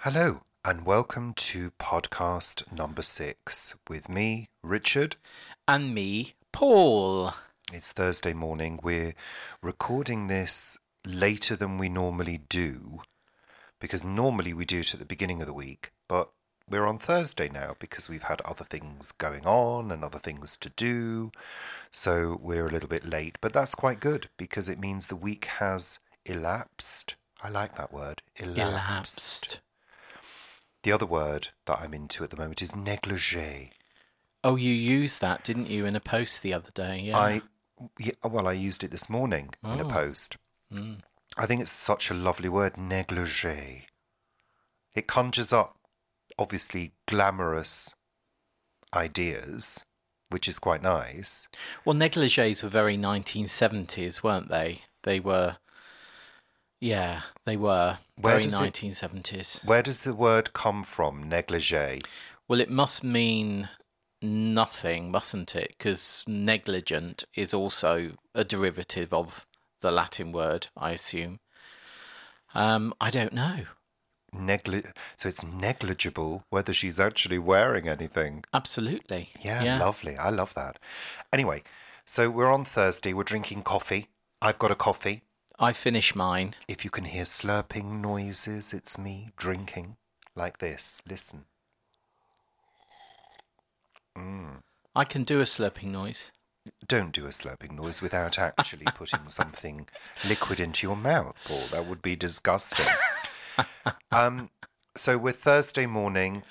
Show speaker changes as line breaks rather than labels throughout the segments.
Hello, and welcome to podcast number six with me, Richard.
and me, Paul.
It's Thursday morning. We're recording this later than we normally do because normally we do it at the beginning of the week, but we're on Thursday now because we've had other things going on and other things to do. So we're a little bit late, but that's quite good because it means the week has elapsed. I like that word,
Elapsed.
The other word that I'm into at the moment is negligee.
Oh, you used that, didn't you, in a post the other day? Yeah.
I, yeah, well, I used it this morning in a
Oh.
post.
Mm.
I think it's such a lovely word, negligee. It conjures up, obviously, glamorous ideas, which is quite nice.
Well, negligees were very 1970s, weren't they? They were. Yeah, they were
Where
very
does it-
1970s.
Where does the word come from, negligee?
Well, it must mean nothing, mustn't it? Because negligent is also a derivative of the Latin word, I assume. Um, I don't know.
Negli- so it's negligible whether she's actually wearing anything.
Absolutely.
Yeah, lovely. I love that. Anyway, so we're on Thursday. We're drinking coffee. I've got a coffee.
I finish mine.
If you can hear slurping noises, it's me drinking like this. Listen. Mm.
I can do a slurping noise.
Don't do a slurping noise without actually putting something liquid into your mouth, Paul. That would be disgusting. um, so we're Thursday morning,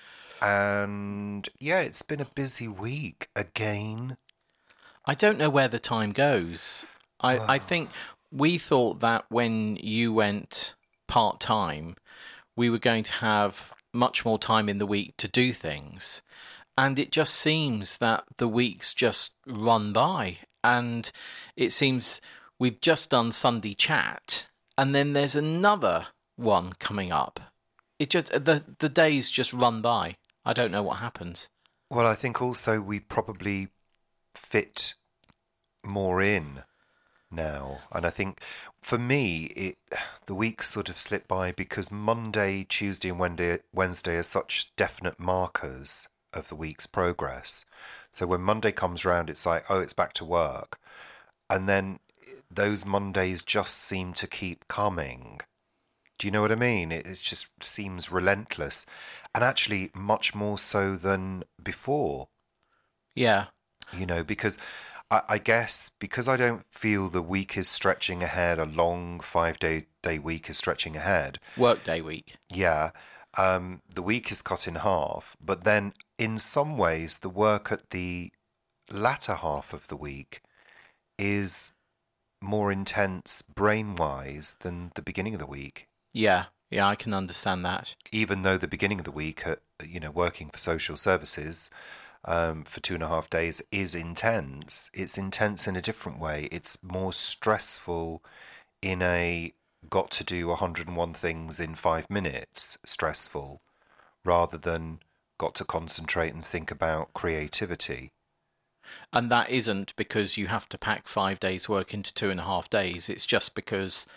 and yeah, it's been a busy week again.
I don't know where the time goes. I, I think we thought that when you went part time, we were going to have much more time in the week to do things. And it just seems that the weeks just run by. And it seems we've just done Sunday chat, and then there's another one coming up. It just the the days just run by. I don't know what happens.
Well, I think also we probably fit more in now. And I think for me, it the weeks sort of slip by because Monday, Tuesday, and Wednesday, Wednesday are such definite markers of the week's progress. So when Monday comes round, it's like, oh, it's back to work. And then those Mondays just seem to keep coming. Do you know what I mean? It, it just seems relentless. And actually, much more so than before
Yeah.
you know, because I, I guess because I don't feel the week is stretching ahead, a long five day day week is stretching ahead.
Workday week.
Yeah, um, the week is cut in half, but then in some ways the work at the latter half of the week is more intense brain wise than the beginning of the week.
Yeah, yeah, I can understand that.
even though the beginning of the week, uh, you know, working for social services um, for two and a half days is intense, it's intense in a different way. It's more stressful in a got to do 101 things in five minutes stressful rather than got to concentrate and think about creativity.
And that isn't because you have to pack five days' work into two and a half days. It's just because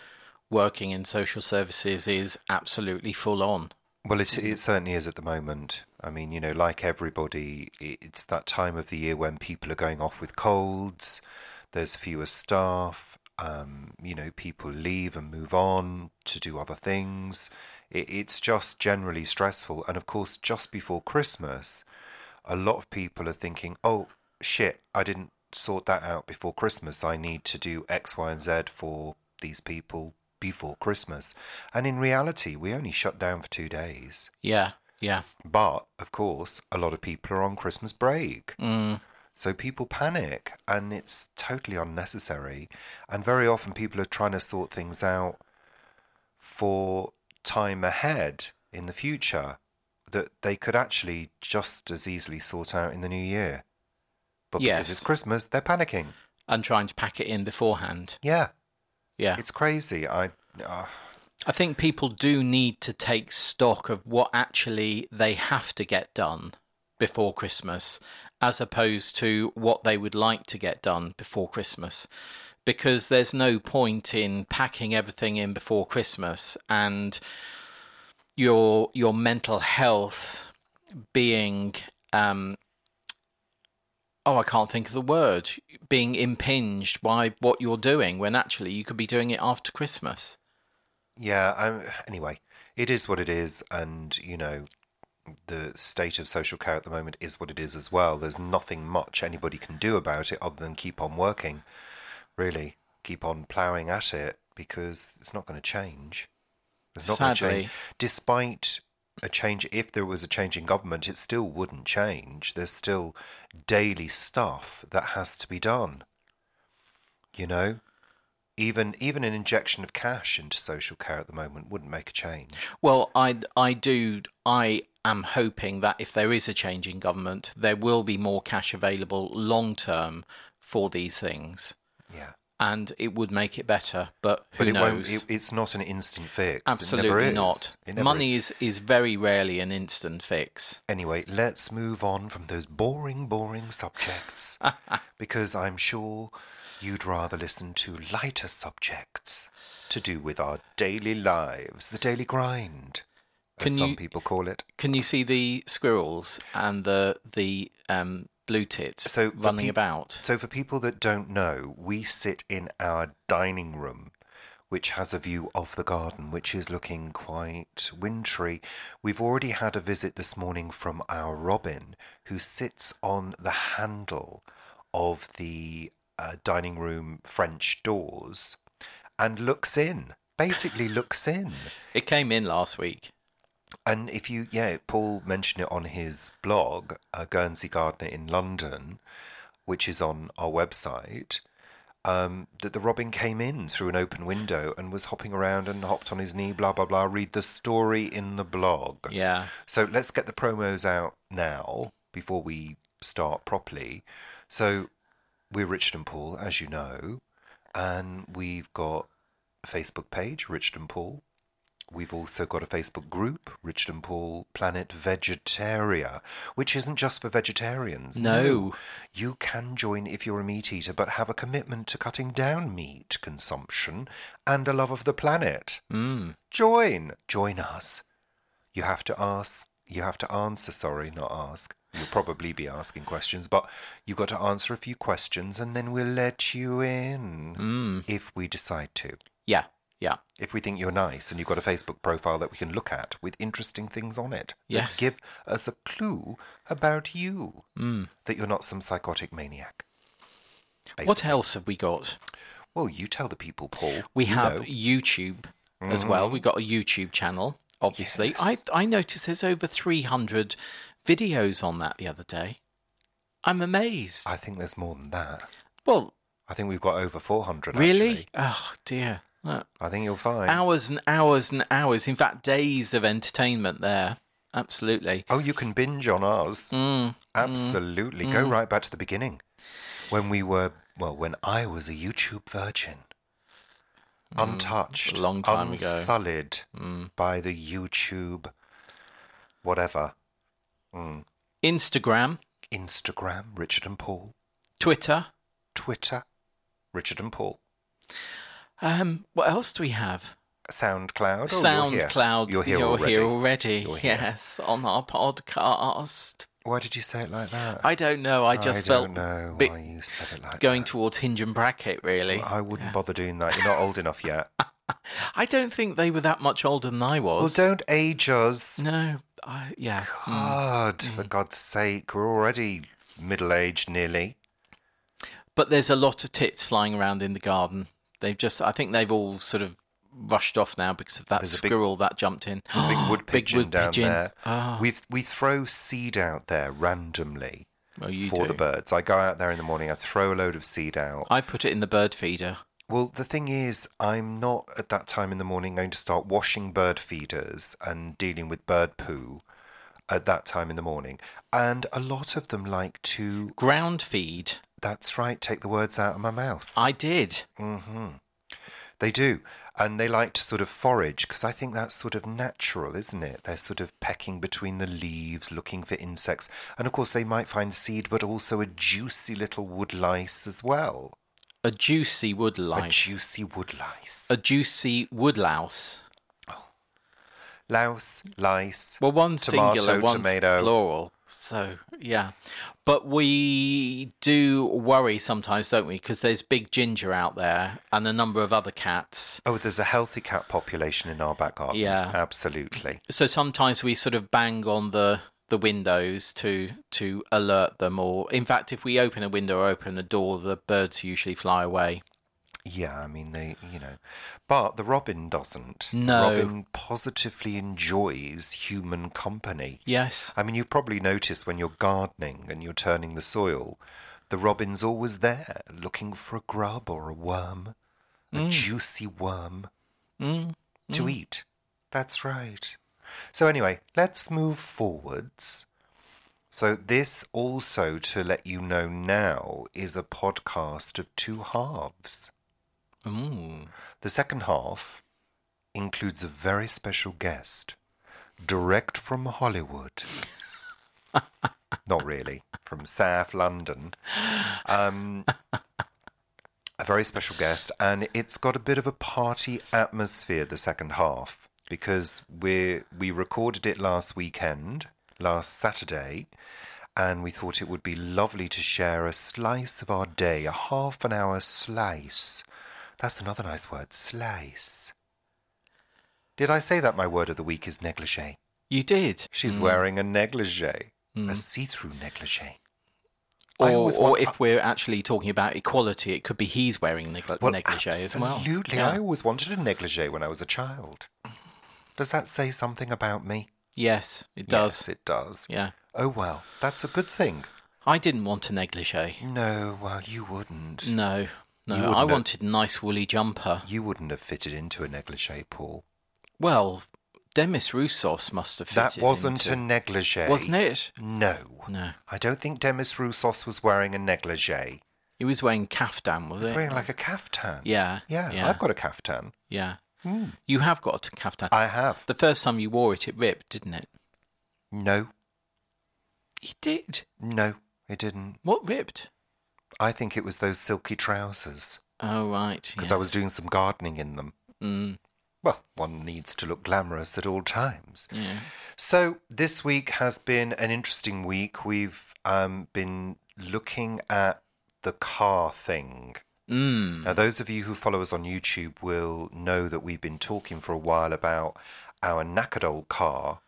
working in social services is absolutely full on.
Well, it, it certainly is at the moment. I mean, you know, like everybody, i- it's that time of the year when people are going off with colds, there's fewer staff, um, you know, people leave and move on to do other things. It, it's just generally stressful. And of course, just before Christmas, a lot of people are thinking, oh, shit, I didn't sort that out before Christmas. I need to do X, Y, and Z for these people before Christmas. And in reality, we only shut down for two days.
Yeah, yeah.
But, of course, a lot of people are on Christmas break.
Mm,
So people panic and it's totally unnecessary. And very often people are trying to sort things out for time ahead in the future that they could actually just as easily sort out in the new year. But because it's
Yes.
Christmas, they're panicking.
and trying to pack it in beforehand.
Yeah,
Yeah.
it's crazy. I uh,
I think people do need to take stock of what actually they have to get done before Christmas as opposed to what they would like to get done before Christmas because there's no point in packing everything in before Christmas and your your mental health being um, oh I can't think of the word being impinged by what you're doing when actually you could be doing it after Christmas.
Yeah, um, anyway, it is what it is, and you know, the state of social care at the moment is what it is as well. There's nothing much anybody can do about it other than keep on working, really, keep on ploughing at it because it's not going to change. It's not going to
Sadly.
change. Despite a change, if there was a change in government, it still wouldn't change. There's still daily stuff that has to be done. You know, even even an injection of cash into social care at the moment wouldn't make a change.
Well, I I do I am hoping that if there is a change in government, there will be more cash available long term for these things,
Yeah.
and it would make it better. But who
But it
knows?
won't. It, it's not an instant fix. it never
Absolutely
is.
not.
It never
Money
Is.
is. is very rarely an instant fix.
Anyway, let's move on from those boring, boring subjects because I'm sure you'd rather listen to lighter subjects to do with our daily lives, the daily grind,
Can
as some
you-
people call it.
Can you see the squirrels and the the um, blue tits
So for
running
peop-
about?
So, for people that don't know, we sit in our dining room, which has a view of the garden, which is looking quite wintry. We've already had a visit this morning from our robin, who sits on the handle of the uh, dining room French doors and looks in. Basically, looks in.
It came in last week.
And if you, yeah, Paul mentioned it on his blog, uh, Guernsey Gardener in London, which is on our website, um, that the robin came in through an open window and was hopping around and hopped on his knee, blah, blah, blah. Read the story in the blog.
Yeah.
So let's get the promos out now before we start properly. So we're Richard and Paul, as you know, and we've got a Facebook page, Richard and Paul. We've also got a Facebook group, Richard and Paul Planet Vegetaria, which isn't just for vegetarians.
No.
You can join if you're a meat eater, but have a commitment to cutting down meat consumption and a love of the planet.
Mm.
Join! Join us. You have to ask, you have to answer, sorry, not ask. You'll probably be asking questions, but you've got to answer a few questions and then we'll let you in
Mm.
if we decide to.
Yeah. Yeah.
If we think you're nice and you've got a Facebook profile that we can look at with interesting things on it that
Yes.
give us a clue about you,
Mm.
that you're not some psychotic maniac.
What
basically.
else have we got?
Well, you tell the people, Paul.
We
You
have
know. Mm-hmm.
YouTube as well. We've got a YouTube channel, obviously.
Yes.
I, I noticed there's over 300 videos on that the other day. I'm amazed.
I think there's more than that.
well,
I think we've got over 400.
really?
actually.
Oh, dear. Look,
I think you'll find.
hours and hours and hours. In fact, days of entertainment there. Absolutely.
Oh, you can binge on ours.
Mm,
Absolutely. Go right back to the beginning. When we were, well, when I was a YouTube virgin. Untouched.
Mm. a long time ago.
unsullied
mm.
by the YouTube, whatever. Mm.
Instagram,
Instagram, Richard and Paul.
Twitter.
Twitter, Richard and Paul.
Um, what else do we have?
SoundCloud. Oh, you're here.
SoundCloud.
You're here already.
already,
You're here.
Yes, on our podcast.
Why did you say it like that?
I don't know. I just
Uh, don't
felt
know
bit
why you said it like
going
that.
towards hinge and bracket really
I wouldn't bother doing that. You're not old enough yet.
i don't think they were that much older than i
Well,
was
don't age us.
no I, yeah mm.
God, for God's sake, we're already middle aged nearly.
but there's a lot of tits flying around in the garden they've just i think they've all sort of rushed off now because of that
There's a big-
squirrel that jumped in
There's a big wood pigeon down
pigeon.
there.
Ah,
We we throw seed out there randomly
well, you
for
do. Ah.
the birds. I go out there in the morning. I throw a load of seed out.
i put it in the bird feeder
Well, the thing is, I'm not at that time in the morning going to start washing bird feeders and dealing with bird poo at that time in the morning. And a lot of them like to.
ground feed
That's right. Take the words out of my mouth.
i did
hmm They do. And they like to sort of forage because I think that's sort of natural, isn't it? They're sort of pecking between the leaves, looking for insects. And of course, they might find seed, but also a juicy little woodlice as well.
a juicy woodlice
A juicy woodlice.
a juicy woodlouse
Louse, lice.
Well, one's
Tomato,
singular, one's
tomato.
plural. So yeah, but we do worry sometimes, don't we? Because there's big ginger out there and a number of other cats.
Oh, there's a healthy cat population in our back garden.
Yeah.
Absolutely.
So sometimes we sort of bang on the the windows to to alert them. Or in fact, if we open a window or open a door, the birds usually fly away.
Yeah, I mean, they, you know. But the robin doesn't.
No.
Robin positively enjoys human company.
Yes.
I mean, you've probably noticed when you're gardening and you're turning the soil, the robin's always there looking for a grub or a worm, a juicy worm
Mm.
to eat. That's right. So, anyway, let's move forwards. So, this also, to let you know now, is a podcast of two halves.
Mm.
The second half includes a very special guest, direct from Hollywood. Not really, from South London. Um, a very special guest, and it's got a bit of a party atmosphere. The second half, because we we recorded it last weekend, last Saturday, and we thought it would be lovely to share a slice of our day, a half an hour slice. That's another nice word, slice. Did I say that my word of the week is negligee?
You did.
She's
Mm.
wearing a negligee, a
Mm.
see through negligee. I
Or,
always
or
want-
if we're actually talking about equality, it could be he's wearing negli- negligee as well.
Absolutely.
Yeah.
I always wanted a negligee when I was a child. Does that say something about me?
Yes, it does.
Yes, it does.
Yeah.
Oh, well, that's a good thing.
I didn't want a negligee.
No, well, you wouldn't.
No, no.
wouldn't
I
have-
wanted a nice woolly jumper.
You wouldn't have fitted into a negligee, Paul.
Well, Demis Roussos must have
That
fitted
wasn't
into,
a negligee.
wasn't it?
No.
No,
I don't think Demis Roussos was wearing a negligee.
he was wearing caftan, was
He's
it?
wearing like a caftan.
yeah,
Yeah,
yeah,
I've got Hmm. a caftan.
yeah. You have got a caftan.
I have.
the first time you wore it, it ripped, didn't it?
No,
It did.
no, it didn't.
What ripped?
I think it was those silky trousers
Oh right,
because
yeah.
I was doing some gardening in them.
Mm,
Well, one needs to look glamorous at all times.
yeah.
So this week has been an interesting week. We've um, been looking at the car thing.
Mm.
Now, those of you who follow us on YouTube will know that we've been talking for a while about our Nakadol car,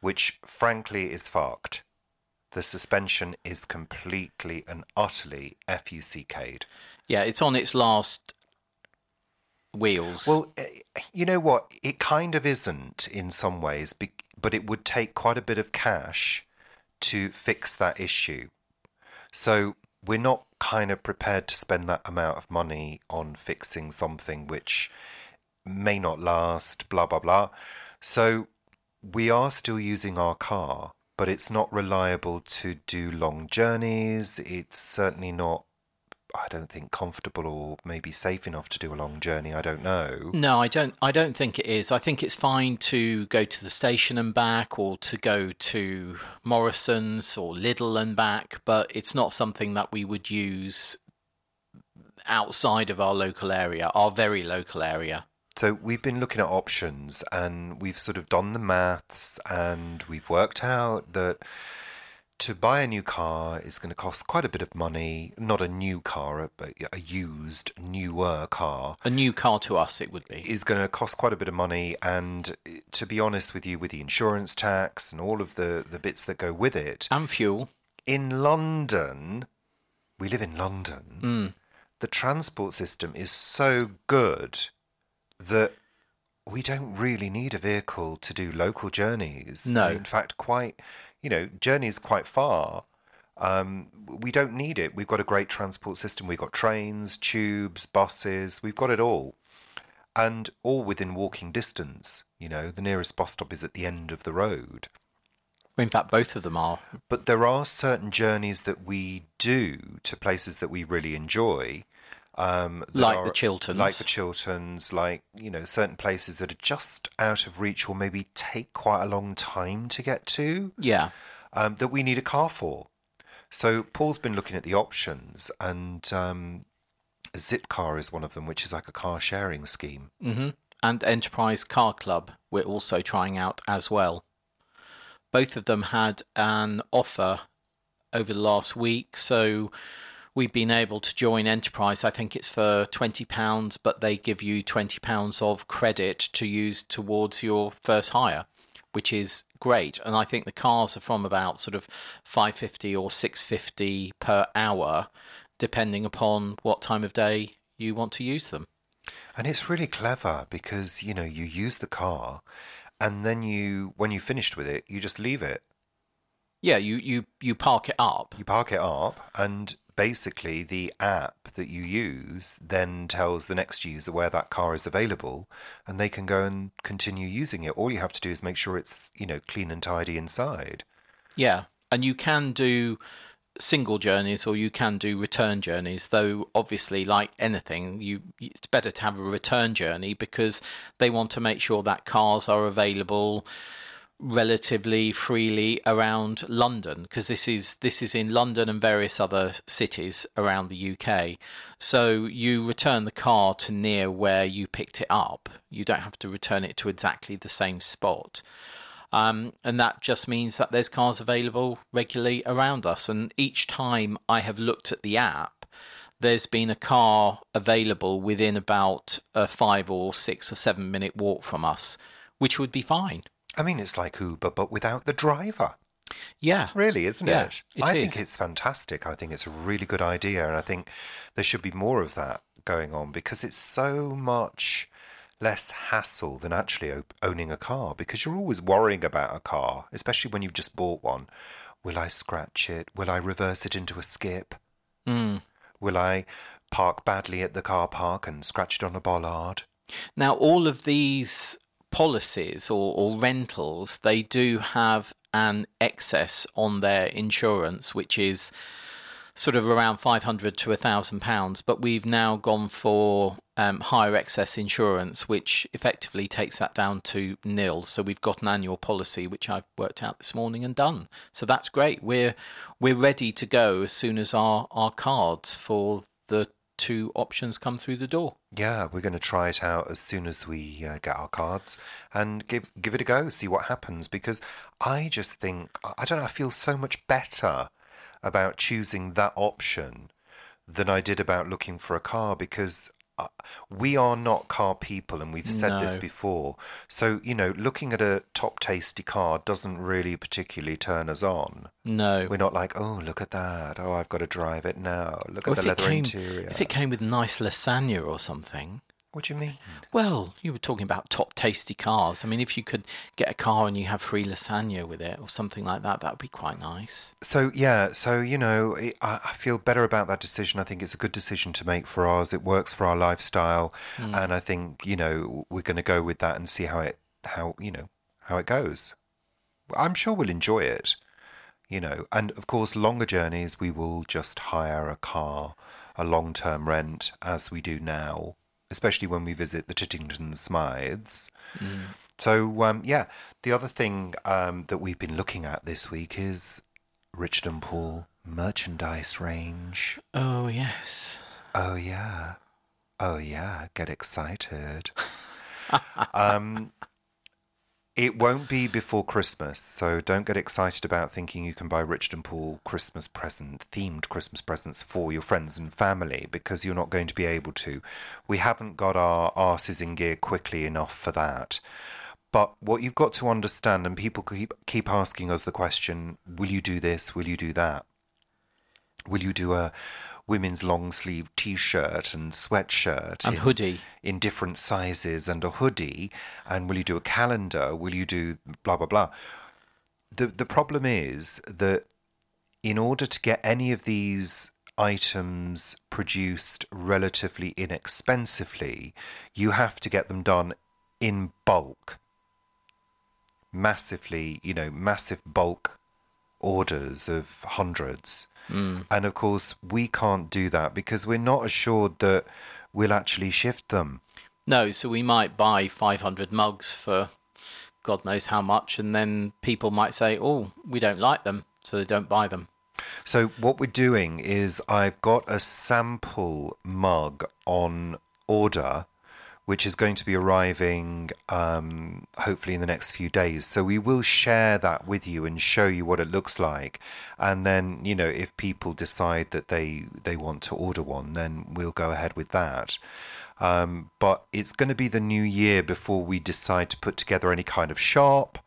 which frankly is fucked. The suspension is completely and utterly FUCK'd.
Yeah, it's on its last wheels.
Well, eh, you know what? It kind of isn't in some ways, be- but it would take quite a bit of cash to fix that issue. So we're not kind of prepared to spend that amount of money on fixing something which may not last, blah, blah, blah. So we are still using our car, but it's not reliable to do long journeys. It's certainly not. I don't think comfortable or maybe safe enough to do a long journey. I don't know.
No, I don't. I don't think it is. I think it's fine to go to the station and back, or to go to Morrison's or Lidl and back, but it's not something that we would use outside of our local area, our very local area.
So we've been looking at options and we've sort of done the maths and we've worked out that to buy a new car is going to cost quite a bit of money. Not a new car, but a used, newer car
A new car to us, it would be.
is going to cost quite a bit of money. And eh, to be honest with you, with the insurance tax and all of the, the bits that go with it,
And fuel.
in London, we live in London,
Mm.
the transport system is so good that we don't really need a vehicle to do local journeys.
No.
In fact, quite, you know, journeys quite far. Um, we don't need it. We've got a great transport system. We've got trains, tubes, buses. We've got it all. And all within walking distance. You know, the nearest bus stop is at the end of the road.
In fact, both of them are.
But there are certain journeys that we do to places that we really enjoy. Um, that
Like
are-
the Chilterns.
Like the Chilterns, like, you know, certain places that are just out of reach or maybe take quite a long time to get to
Yeah.
um, that we need a car for. So Paul's been looking at the options and um, Zipcar is one of them, which is like a car sharing scheme.
hmm and Enterprise Car Club we're also trying out as well. Both of them had an offer over the last week, so we've been able to join Enterprise. I think it's for £20, but they give you £20 of credit to use towards your first hire, which is great. And I think the cars are from about sort of 550 or 650 per hour, depending upon what time of day you want to use them.
And it's really clever because, you know, you use the car and then you, when you finished with it, you just leave it.
Yeah, you, you, you park it up.
You park it up and basically the app that you use then tells the next user where that car is available and they can go and continue using it. All you have to do is make sure it's, you know, clean and tidy inside.
Yeah. And you can do single journeys or you can do return journeys though obviously like anything you it's better to have a return journey because they want to make sure that cars are available relatively freely around London because this is this is in London and various other cities around the UK so you return the car to near where you picked it up you don't have to return it to exactly the same spot um, and that just means that there's cars available regularly around us. And each time I have looked at the app, there's been a car available within about a five or six or seven minute walk from us, which would be fine.
I mean, it's like Uber, but without the driver.
Yeah.
Really, isn't
Yeah,
it?
it
I
is.
think it's fantastic. I think it's a really good idea. And I think there should be more of that going on because it's so much less hassle than actually op- owning a car because you're always worrying about a car, especially when you've just bought one. Will I scratch it? Will I reverse it into a skip?
Mm.
Will I park badly at the car park and scratch it on a bollard?
Now, all of these policies or, or rentals, they do have an excess on their insurance, which is sort of around 500 to 1,000 pounds. But we've now gone for um, higher excess insurance, which effectively takes that down to nil. So we've got an annual policy, which I've worked out this morning and done. So that's great. We're we're ready to go as soon as our, our cards for the two options come through the door.
Yeah, we're going to try it out as soon as we uh, get our cards and give give it a go, see what happens. Because I just think I I don't know. I feel so much better about choosing that option than I did about looking for a car because uh, we are not car people, and we've said this
No.
before. So you know, looking at a top tasty car doesn't really particularly turn us on.
No.
We're not like, oh, look at that. Oh, I've got to drive it now. Look
Or
at the leather
came,
interior.
If it came with nice lasagna or something.
What do you mean?
Well, you were talking about top tasty cars. I mean, if you could get a car and you have free lasagna with it or something like that, that would be quite nice.
So yeah, so you know, it, I, I feel better about that decision. I think it's a good decision to make for ours. It works for our lifestyle, and I think you know we're going to go with that and see how it how you know how it goes. I'm sure we'll enjoy it, you know. And of course, longer journeys we will just hire a car, a long term rent as we do now, especially when we visit the Chittington Smythes. So um, yeah, the other thing um, that we've been looking at this week is Richard and Paul merchandise range.
Oh, yes.
Oh yeah. Oh yeah, get excited. um it won't be before Christmas, so don't get excited about thinking you can buy Richard and Paul Christmas present themed Christmas presents for your friends and family because you're not going to be able to. We haven't got our arses in gear quickly enough for that. But what you've got to understand, and people keep keep asking us the question, will you do this? Will you do that? Will you do a women's long sleeve t-shirt and sweatshirt
And
in,
hoodie.
in different sizes and a hoodie? And will you do a calendar? Will you do blah blah blah? The the problem is that in order to get any of these items produced relatively inexpensively, you have to get them done in bulk. Massively, you know, massive bulk orders of hundreds. And of course, we can't do that because we're not assured that we'll actually shift them.
No, so we might buy 500 mugs for God knows how much, and then people might say, oh, we don't like them, so they don't buy them.
So what we're doing is I've got a sample mug on order, which is going to be arriving um, hopefully in the next few days. So we will share that with you and show you what it looks like. And then, you know, if people decide that they they want to order one, then we'll go ahead with that. Um, but it's going to be the new year before we decide to put together any kind of shop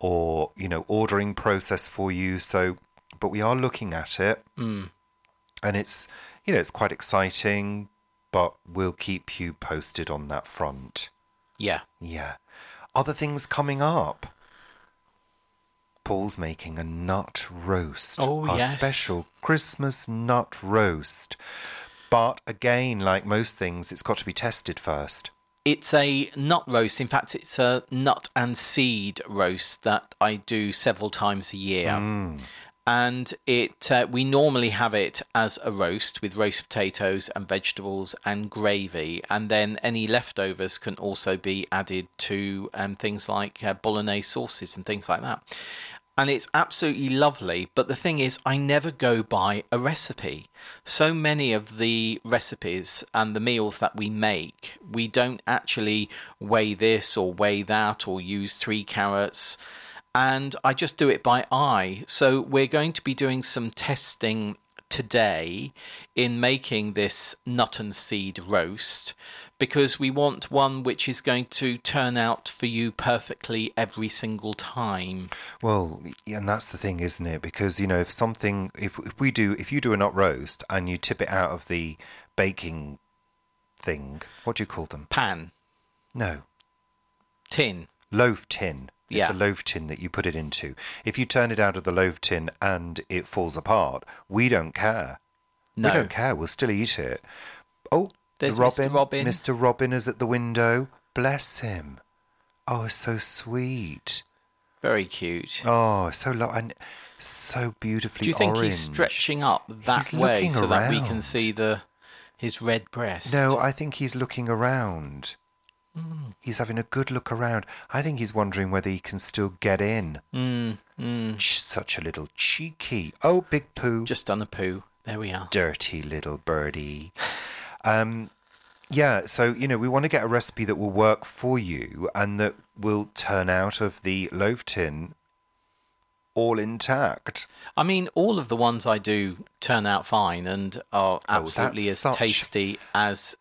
or you know ordering process for you. So, but we are looking at it,
Mm.
and it's you know it's quite exciting. But we'll keep you posted on that front.
Yeah.
Yeah. Other things coming up. Paul's making a nut roast.
Oh,
our
yes.
special Christmas nut roast. But again, like most things, it's got to be tested first.
It's a nut roast. In fact, it's a nut and seed roast that I do several times a year.
Mm.
and it uh, we normally have it as a roast with roast potatoes and vegetables and gravy and then any leftovers can also be added to um, things like uh, bolognese sauces and things like that and it's absolutely lovely but the thing is i never go by a recipe so many of the recipes and the meals that we make we don't actually weigh this or weigh that or use three carrots and I just do it by eye. So we're going to be doing some testing today in making this nut and seed roast because we want one which is going to turn out for you perfectly every single time.
Well, yeah, and that's the thing, isn't it? Because you know, if something, if if we do, if you do a nut roast and you tip it out of the baking thing, what do you call them?
Pan,
No,
tin.
loaf tin. It's
Yeah.
the loaf tin that you put it into. If you turn it out of the loaf tin and it falls apart, we don't care.
No.
We don't care. We'll still eat it. Oh,
There's
the Robin,
Mr. Robin.
Mr. Robin is at the window. Bless him. Oh, so sweet.
Very cute.
Oh, so lo- and so beautifully
do you think
orange.
he's stretching up that
He's
way
looking
so that we can
around.
see the his red breast?
No, I think he's looking around. He's having a good look around. I think he's wondering whether he can still get in.
Mm, mm.
Ch- Such a little cheeky. Oh, big poo.
Just done a poo. There we are.
dirty little birdie. Um, yeah, so you know, we want to get a recipe that will work for you and that will turn out of the loaf tin all intact.
I mean, all of the ones I do turn out fine and are absolutely
Oh, that's
as
such-
tasty as.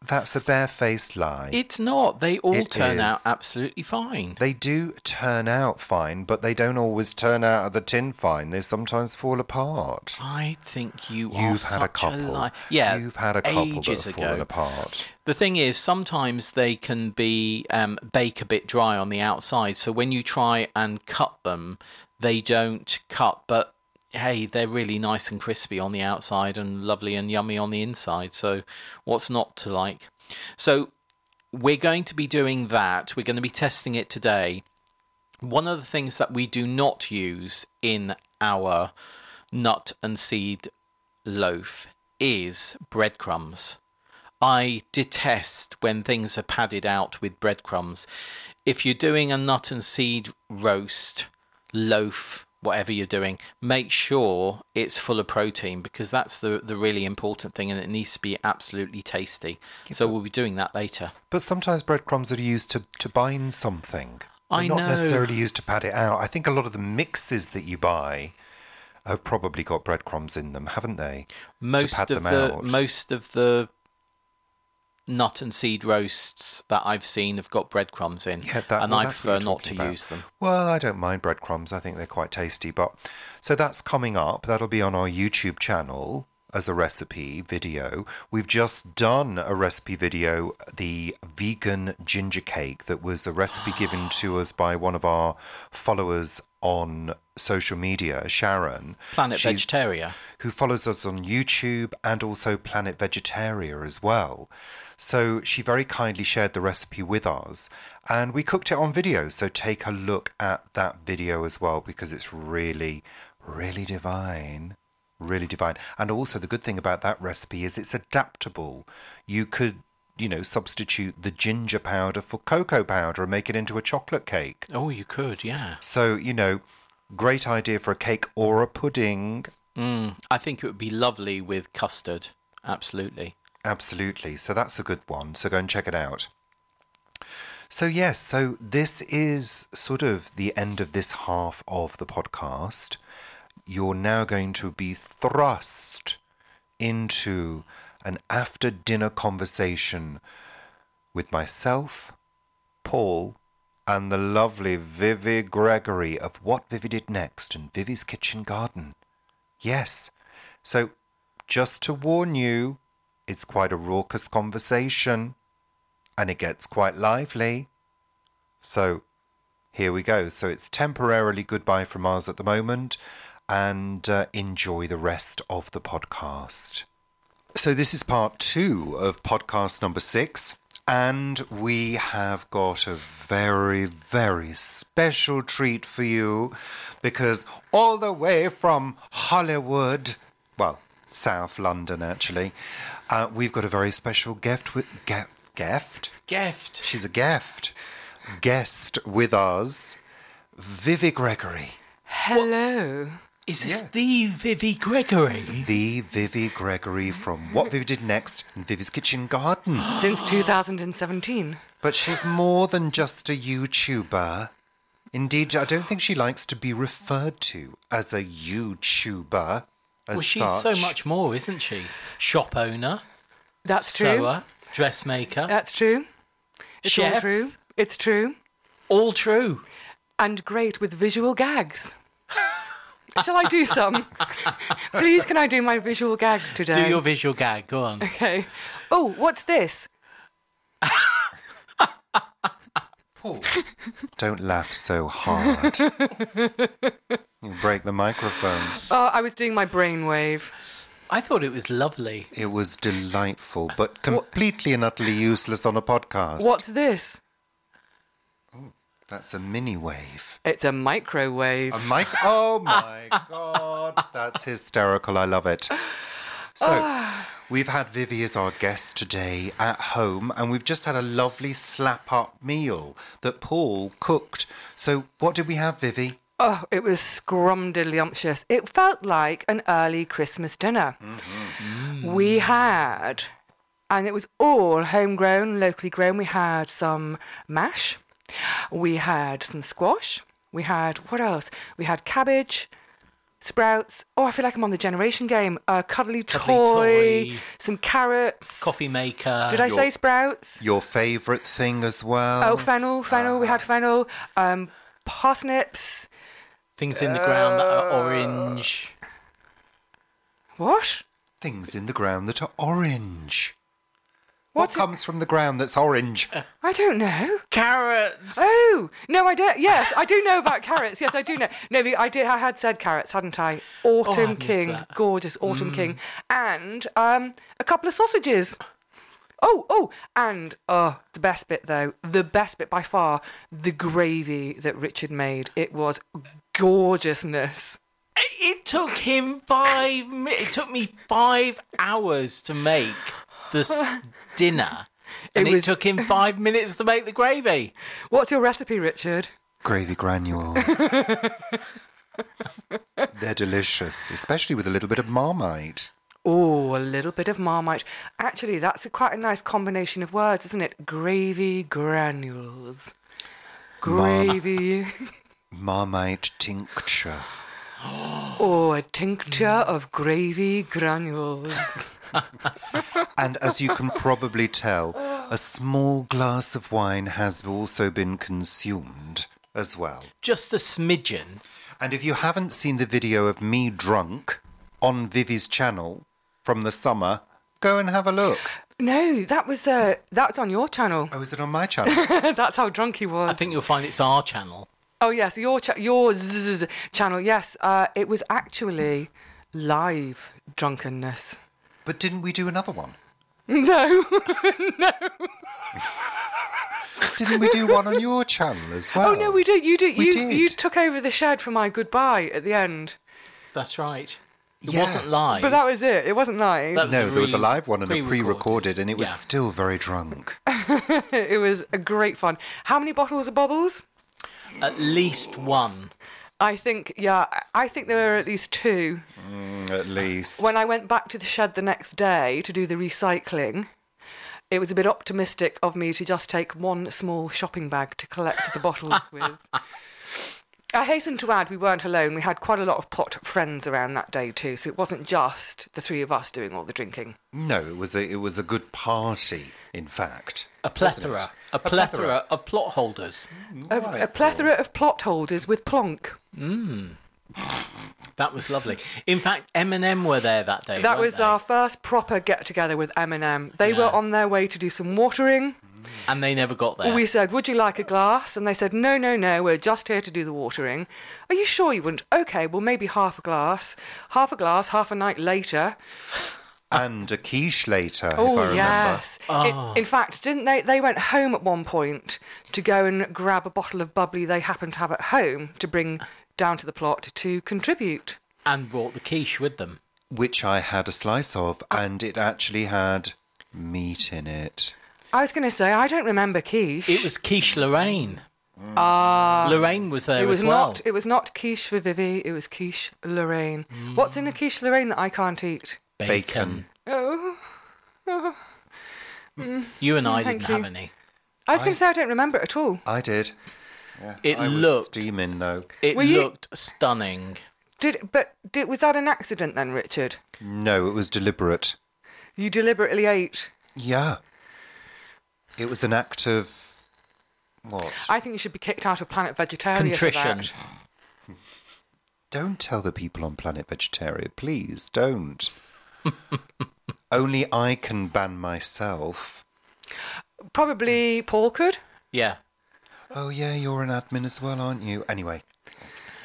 That's a barefaced lie.
It's not. They all
It
turn out
is.
absolutely fine.
they do turn out fine, but they don't always turn out of the tin fine. They sometimes fall apart.
I think you are
You've
Oh, such
had a couple.
li- yeah,
You've had a couple that
ages
have fallen
ago.
apart.
The thing is, sometimes they can be um, bake a bit dry on the outside. So when you try and cut them, they don't cut. But hey, they're really nice and crispy on the outside and lovely and yummy on the inside. So what's not to like? So we're going to be doing that. We're going to be testing it today. One of the things that we do not use in our nut and seed loaf is breadcrumbs. I detest when things are padded out with breadcrumbs. If you're doing a nut and seed roast, loaf, whatever you're doing, make sure it's full of protein because that's the, the really important thing and it needs to be absolutely tasty. so we'll be doing that later.
But sometimes breadcrumbs are used to, to bind something. They're
I
not
know.
necessarily used to pad it out. I think a lot of the mixes that you buy have probably got breadcrumbs in them, haven't they?
most
pad
of
them
the
out.
most of the nut and seed roasts that I've seen have got breadcrumbs in.
Yeah, that-
and
well,
I
that's what
prefer
you're
not to
talking about.
use them.
Well, I don't mind breadcrumbs. I think they're quite tasty. But so that's coming up. That'll be on our YouTube channel as a recipe video. We've just done a recipe video, the vegan ginger cake, that was a recipe given to us by one of our followers on social media, Sharon.
Planet
She's-
Vegetaria.
who follows us on YouTube and also Planet Vegetaria as well. So she very kindly shared the recipe with us and we cooked it on video. So take a look at that video as well because it's really, really divine. Really divine. And also, the good thing about that recipe is it's adaptable. You could, you know, substitute the ginger powder for cocoa powder and make it into a chocolate cake.
Oh, you could, yeah.
So, you know, great idea for a cake or a pudding.
Mm, I think it would be lovely with custard. Absolutely.
Absolutely. So that's a good one. So go and check it out. So, yes, so this is sort of the end of this half of the podcast. You're now going to be thrust into an after dinner conversation with myself, Paul, and the lovely Vivi Gregory of What Vivi Did Next and Vivi's Kitchen Garden. Yes, so just to warn you, it's quite a raucous conversation and it gets quite lively. So here we go. So it's temporarily goodbye from us at the moment and uh, enjoy the rest of the podcast. So this is part two of podcast number six. And we have got a very, very special treat for you because all the way from Hollywood, well, South London actually, uh, we've got a very special gift with, ge- gift.
Gift.
She's a gift. Guest with us, Vivi Gregory.
Hello.
Is this
Yeah.
the Vivi Gregory?
The Vivi Gregory from What Vivi Did Next and Vivi's Kitchen Garden.
Since 2017.
But she's more than just a YouTuber. Indeed, I don't think she likes to be referred to as a YouTuber. As
Well, she's so
such.
much more, isn't she? Shop owner,
That's true.
sewer, dressmaker.
That's true. It's all
uh, Chef.
true. It's true.
All true.
And great with visual gags. Shall I do some? Please, can I do my visual gags today?
Do your visual gag. Go on.
Okay. Oh, what's this?
Paul, don't laugh so hard. you break the microphone.
Oh, I was doing my brainwave.
I thought it was lovely.
It was delightful, but completely and utterly useless on a podcast.
What's this?
That's a mini wave.
It's a microwave.
A mic. Oh my god, that's hysterical. I love it. So, we've had Vivi as our guest today at home, and we've just had a lovely slap up meal that Paul cooked. So, what did we have, Vivi?
Oh, it was scrumdiddlyumptious. It felt like an early Christmas dinner. We had, and it was all homegrown, locally grown. We had some mash, we had some squash, we had what else? We had cabbage, sprouts. Oh, I feel like I'm on the generation game. A
Cuddly
cuddly, toy,
toy.
some carrots.
Coffee maker.
Did I say sprouts?
Your favourite thing as well?
Oh, fennel, fennel. we had fennel, um, parsnips.
Things in the ground that are orange.
What?
Things in the ground that are orange.
What's
what comes from the ground that's orange?
I don't know.
Carrots.
Oh no, I don't. Yes, I do know about carrots. Yes, I do know. No, but I did. I had said carrots, hadn't Oh, I? Mm. Autumn
missed
King,
that.
gorgeous Autumn King, and um, a couple of sausages. Oh, oh, and oh, the best bit though, the best bit by far, the gravy that Richard made. It was gorgeousness.
It took him five. mi- It took me five hours to make this dinner, and it,
was-
took him five minutes to make the gravy.
What's your recipe, Richard?
Gravy granules. They're delicious, especially with a little bit of marmite.
Oh, a little bit of marmite. Actually, that's a quite a nice combination of words, isn't it? Gravy granules. Gravy.
Marmite tincture.
Oh, a tincture of gravy granules.
And as you can probably tell, a small glass of wine has also been consumed as well.
Just a smidgen.
And if you haven't seen the video of me drunk on Vivi's channel from the summer, go and have a look.
no, that was uh, that's on your channel.
Oh, is it on my channel?
that's how drunk he was.
I think you'll find it's our channel.
Oh yes, your cha- your zzz channel. Yes, uh, it was actually live drunkenness.
but didn't we do another one?
No.
Didn't we do one on your channel as well?
Oh no, we did. You did.
We
you
did.
you took over the shed for my goodbye at the end.
That's right. It
Yeah.
wasn't live.
But that was it. It wasn't live.
That was
No,
a
there was a
re-
live one and a
pre-recorded.
pre-recorded, and it was
Yeah.
still very drunk.
It was a great fun. How many bottles of bubbles?
At least one.
I think, yeah, I- I think there were at least two.
At least.
When I went back to the shed the next day to do the recycling, it was a bit optimistic of me to just take one small shopping bag to collect the bottles with. I hasten to add, we weren't alone. We had quite a lot of pot friends around that day too, so it wasn't just the three of us doing all the drinking.
No, it was a it was a good party. In fact,
A plethora, a plethora of plot holders.
A,
Right,
a plethora of plot holders with plonk.
That was lovely.
In fact, Eminem were there that day.
That
weren't
was
they?
our first proper get together with Eminem. They
Yeah.
were on their way to do some watering.
and they never got there.
We said, Would you like a glass? And they said, No, no, no, we're just here to do the watering. Are you sure you wouldn't? Okay, well, maybe half a glass. Half a glass, half a night later.
and a quiche later, if I
Oh,
remember.
yes. In-
Ah.
in fact, didn't they? They went home at one point to go and grab a bottle of bubbly they happened to have at home to bring down to the plot to contribute.
And brought the quiche with them.
Which I had a slice of,
Uh,
and it actually had meat in it.
I was going to say, I don't remember quiche.
It was quiche Lorraine. Ah. Lorraine was there
It was
as well.
not. It was not quiche for Vivi. It was quiche Lorraine. What's
Mm.
in a quiche Lorraine that I can't eat?
Bacon.
Oh,
You and I didn't
you.
have any.
I was going to say I don't remember it at all.
I did. Yeah,
It
I was
looked-
steaming though.
It
Were you-
looked stunning.
Did but did, was that an accident then, Richard?
No, it was deliberate.
You deliberately ate.
Yeah, it was an act of what?
I think you should be kicked out of Planet Vegetalia. For
Contrition.
that.
Don't tell the people on Planet Vegetarian, please don't. Only I can ban myself.
Probably Paul could.
Yeah.
Oh yeah, you're an admin as well, aren't you? Anyway,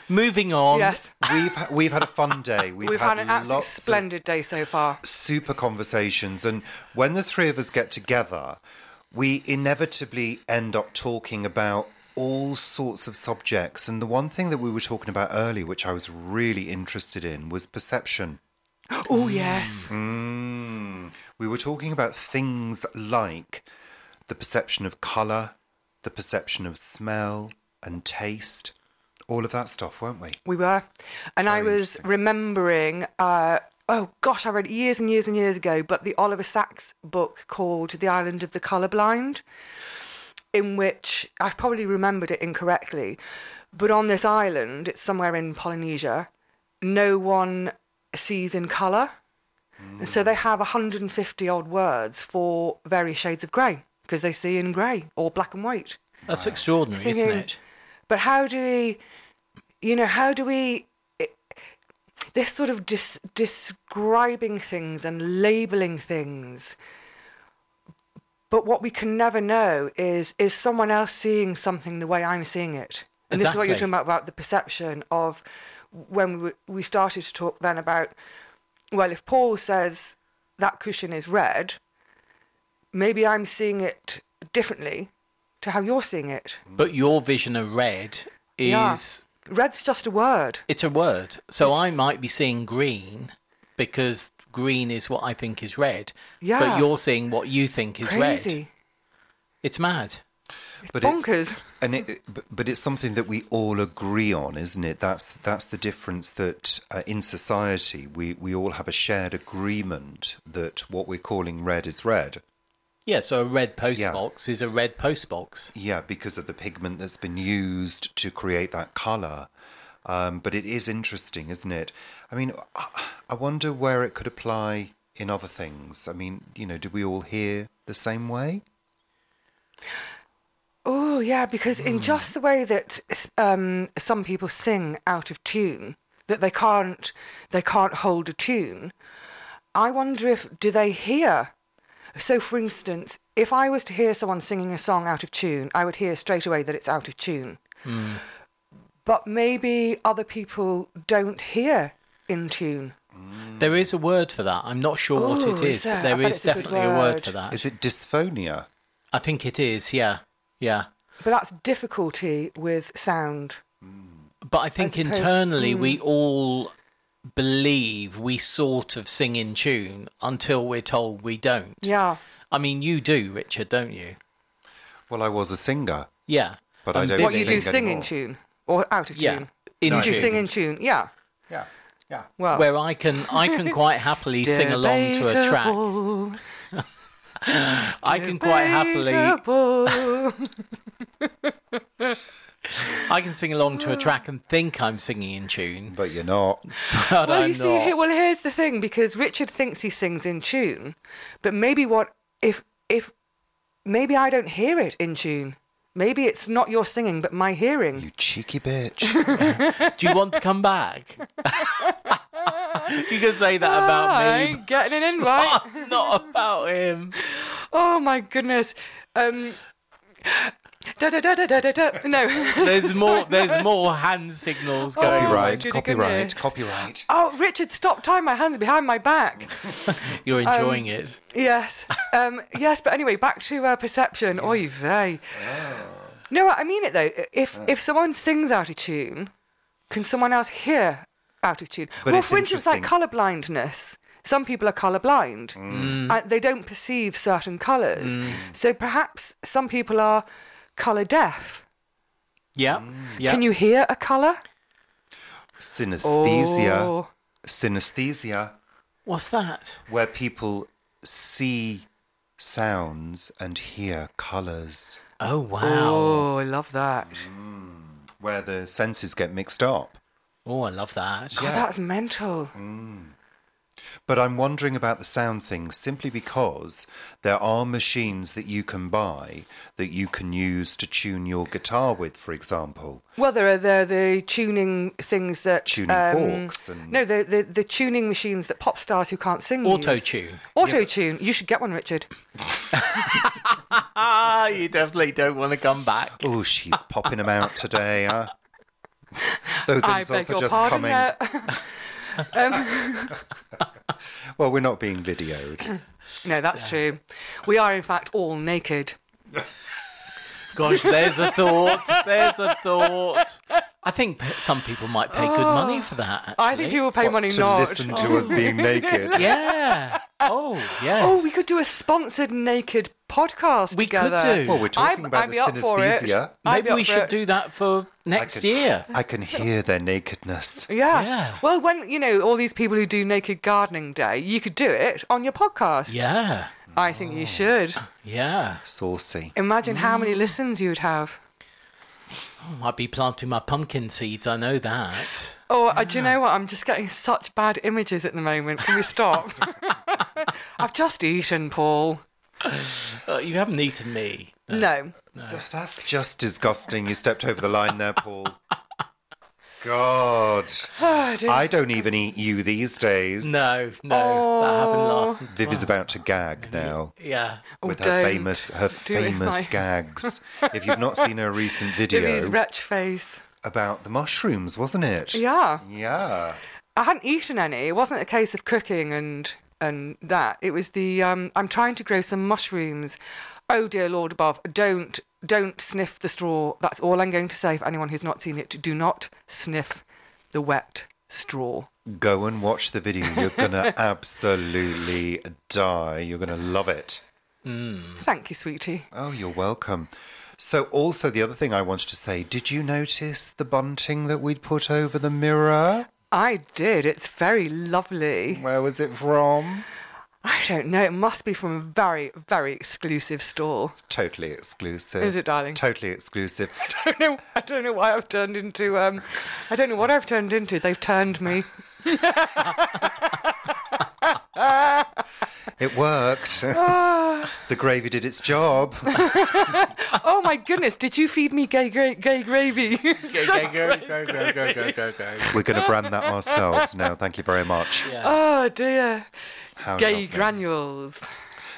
Moving on.
Yes.
we've ha- we've had a fun day. We've,
We've had an absolutely
lots of
splendid day so far.
super conversations, and when the three of us get together, we inevitably end up talking about all sorts of subjects. And the one thing that we were talking about earlier, which I was really interested in, was perception.
Oh yes.
Mm. We were talking about things like the perception of colour, the perception of smell and taste, all of that stuff, weren't we?
We were. And I was remembering, uh, oh gosh, I read it years and years and years ago, but the Oliver Sacks book called The Island of the Colourblind, in which I probably remembered it incorrectly, but on this island, it's somewhere in Polynesia, no one sees in colour. And so they have 150 odd words for various shades of grey because they see in grey or black and white.
That's extraordinary, isn't
Singing.
it?
But how do we, you know, how do we, eh, this sort of dis- describing things and labeling things. But what we can never know is is someone else seeing something the way I'm seeing it? And this is what you're
Exactly.
talking about about the perception of when we, we started to talk then about well, if Paul says that cushion is red, maybe I'm seeing it differently to how you're seeing it.
But your vision of red is
Yeah. Red's just a word.
it's a word. So I might be seeing green because green is what I think is red. But
Yeah.
you're seeing what you think is
Crazy.
red. It's mad.
But
bonkers.
and it, but, but it's something that we all agree on, isn't it? That's that's the difference that uh, in society we, we all have a shared agreement that what we're calling red is red.
Yeah, so a red
Yeah.
postbox is a red postbox.
Yeah, because of the pigment that's been used to create that color. Um, but it is interesting, isn't it? I mean, I I wonder where it could apply in other things. I mean, you know, do we all hear the same way?
Oh, yeah, because in
Hmm.
just the way that um, some people sing out of tune, that they can't they can't hold a tune. I wonder if do they hear? So, for instance, if I was to hear someone singing a song out of tune, I would hear straight away that it's out of tune.
Hmm.
But maybe other people don't hear in tune.
There is a word for that. I'm not sure what it
Ooh,
is,
is
but
there? I
there
bet
is
it's a good
definitely a word
word.
for that.
Is it dysphonia?
I think it is, yeah. Yeah.
But that's difficulty with sound.
But I think
opposed-
internally we
hmm.
all believe we sort of sing in tune until we're told we don't.
Yeah.
I mean, you do, Richard, don't you?
Well, I was a singer.
Yeah.
But I
And
don't
What
Vivi-
you
sing
do sing in
anymore.
tune or out of
Yeah.
tune.
In
No,
Did you
tune.
sing in tune? Yeah.
Yeah, yeah.
Well,
where I can I can quite happily sing along to a track.
Debatable.
I can quite happily
Trouble.
I can sing along to a track and think I'm singing in tune,
But you're not.
but
Well,
I'm
you see,
not.
he- well, here's the thing because Richard thinks he sings in tune, but maybe what if if maybe I don't hear it in tune. Maybe it's not your singing, but my hearing.
You cheeky bitch.
Do you want to come back? you can say that
I
about me.
ain't getting an invite.
but Not about him.
oh my goodness. Um, da da da da da da. da. No.
There's more. There's more hand signals going.
Oh.
on.
Copyright,
goodness.
copyright, copyright.
Oh, Richard, stop tying my hands behind my back.
You're enjoying it.
Yes. Um, yes, but anyway, back to uh, perception. Oy vey.
Oh.
No, I mean it though. If if someone sings out of tune, can someone else hear out of tune?
But
well,
it's
for instance, like
interesting. Mm.
colour blindness. Some people are colourblind. And they don't perceive certain colours. So perhaps some people are colour deaf.
Yeah. Yeah.
Can you hear a colour? Oh.
Synesthesia.
Or-
Synesthesia,
What's that?
where people see sounds and hear colours,
Oh wow.
Oh, I love that.
Mm. where the senses get mixed up.
Oh, I love that.
God, that's mental.
But I'm wondering about the sound thing simply because there are machines that you can buy that you can use to tune your guitar with, for example.
Well, there are there are the tuning things that um,
Tuning forks and-
no, the, the the tuning machines that pop stars who can't sing
Auto
use.
tune.
Auto tune. You should get one, Richard.
Ah, you definitely don't want to come back.
Oh, she's popping them out today. Huh? Those
I
insults
beg
are
your
just
pardon.
coming.
uh,
Well, we're not being videoed.
no, that's true. We are in fact all naked.
Gosh, there's a thought. There's a thought. I think p- some people might pay good money for that. Actually.
I think people pay
What,
money
to
not.
listen to us being naked.
Yeah. Oh yes.
Oh, we could do a sponsored naked podcast
We could
together.
do.
Well, we're talking
I'm-
about
I'd
the
be up for it.
synesthesia.
I'd
Maybe
be up
we
for
should
it.
do that for next
could-
year.
I can hear their nakedness.
Yeah.
Yeah.
Well, when you know all these people who do Naked Gardening Day, you could do it on your podcast.
Yeah.
I think you should.
Oh.
Yeah.
Saucy.
Imagine how many listens you'd have.
I'd be planting my pumpkin seeds. I know that.
Oh, uh, do you know what? I'm just getting such bad images at the moment. Can we stop? I've just eaten, Paul.
Uh, you haven't eaten me.
No.
Th- That's just disgusting. You stepped over the line there, Paul. God.
Oh, dear.
I don't even eat you these days.
No, no, that happened last.
Viv is about to gag now
Yeah.
with
Oh,
her
don't
famous her
do it,
famous
I-
gags. If you've not seen her recent
Divvy's
video
wretch face.
about the mushrooms, wasn't it?
Yeah.
Yeah.
I hadn't eaten any. It wasn't a case of cooking and and that. It was the um, I'm trying to grow some mushrooms. Oh dear Lord above, don't don't sniff the straw. That's all I'm going to say for anyone who's not seen it. Do not sniff the wet straw.
Go and watch the video. You're gonna absolutely die. You're gonna love it. Mm.
Thank you, sweetie.
Oh, you're welcome. So, also, the other thing I wanted to say did you notice the bunting that we'd put over the mirror?
I did. It's very lovely.
Where was it from?
I don't know. It must be from a very, very exclusive store.
It's totally exclusive.
Is it, darling?
Totally exclusive.
I don't know. I don't know why I've turned into. Um, I don't know what I've turned into. They've turned me.
It worked. the gravy did its job.
Oh my goodness! Did you feed me gay, gay, gay gravy?
Go, go, go, go, go, go, go, go, go.
We're going to brand that ourselves now. Thank you very much.
oh dear.
How
Gay
lovely.
granules.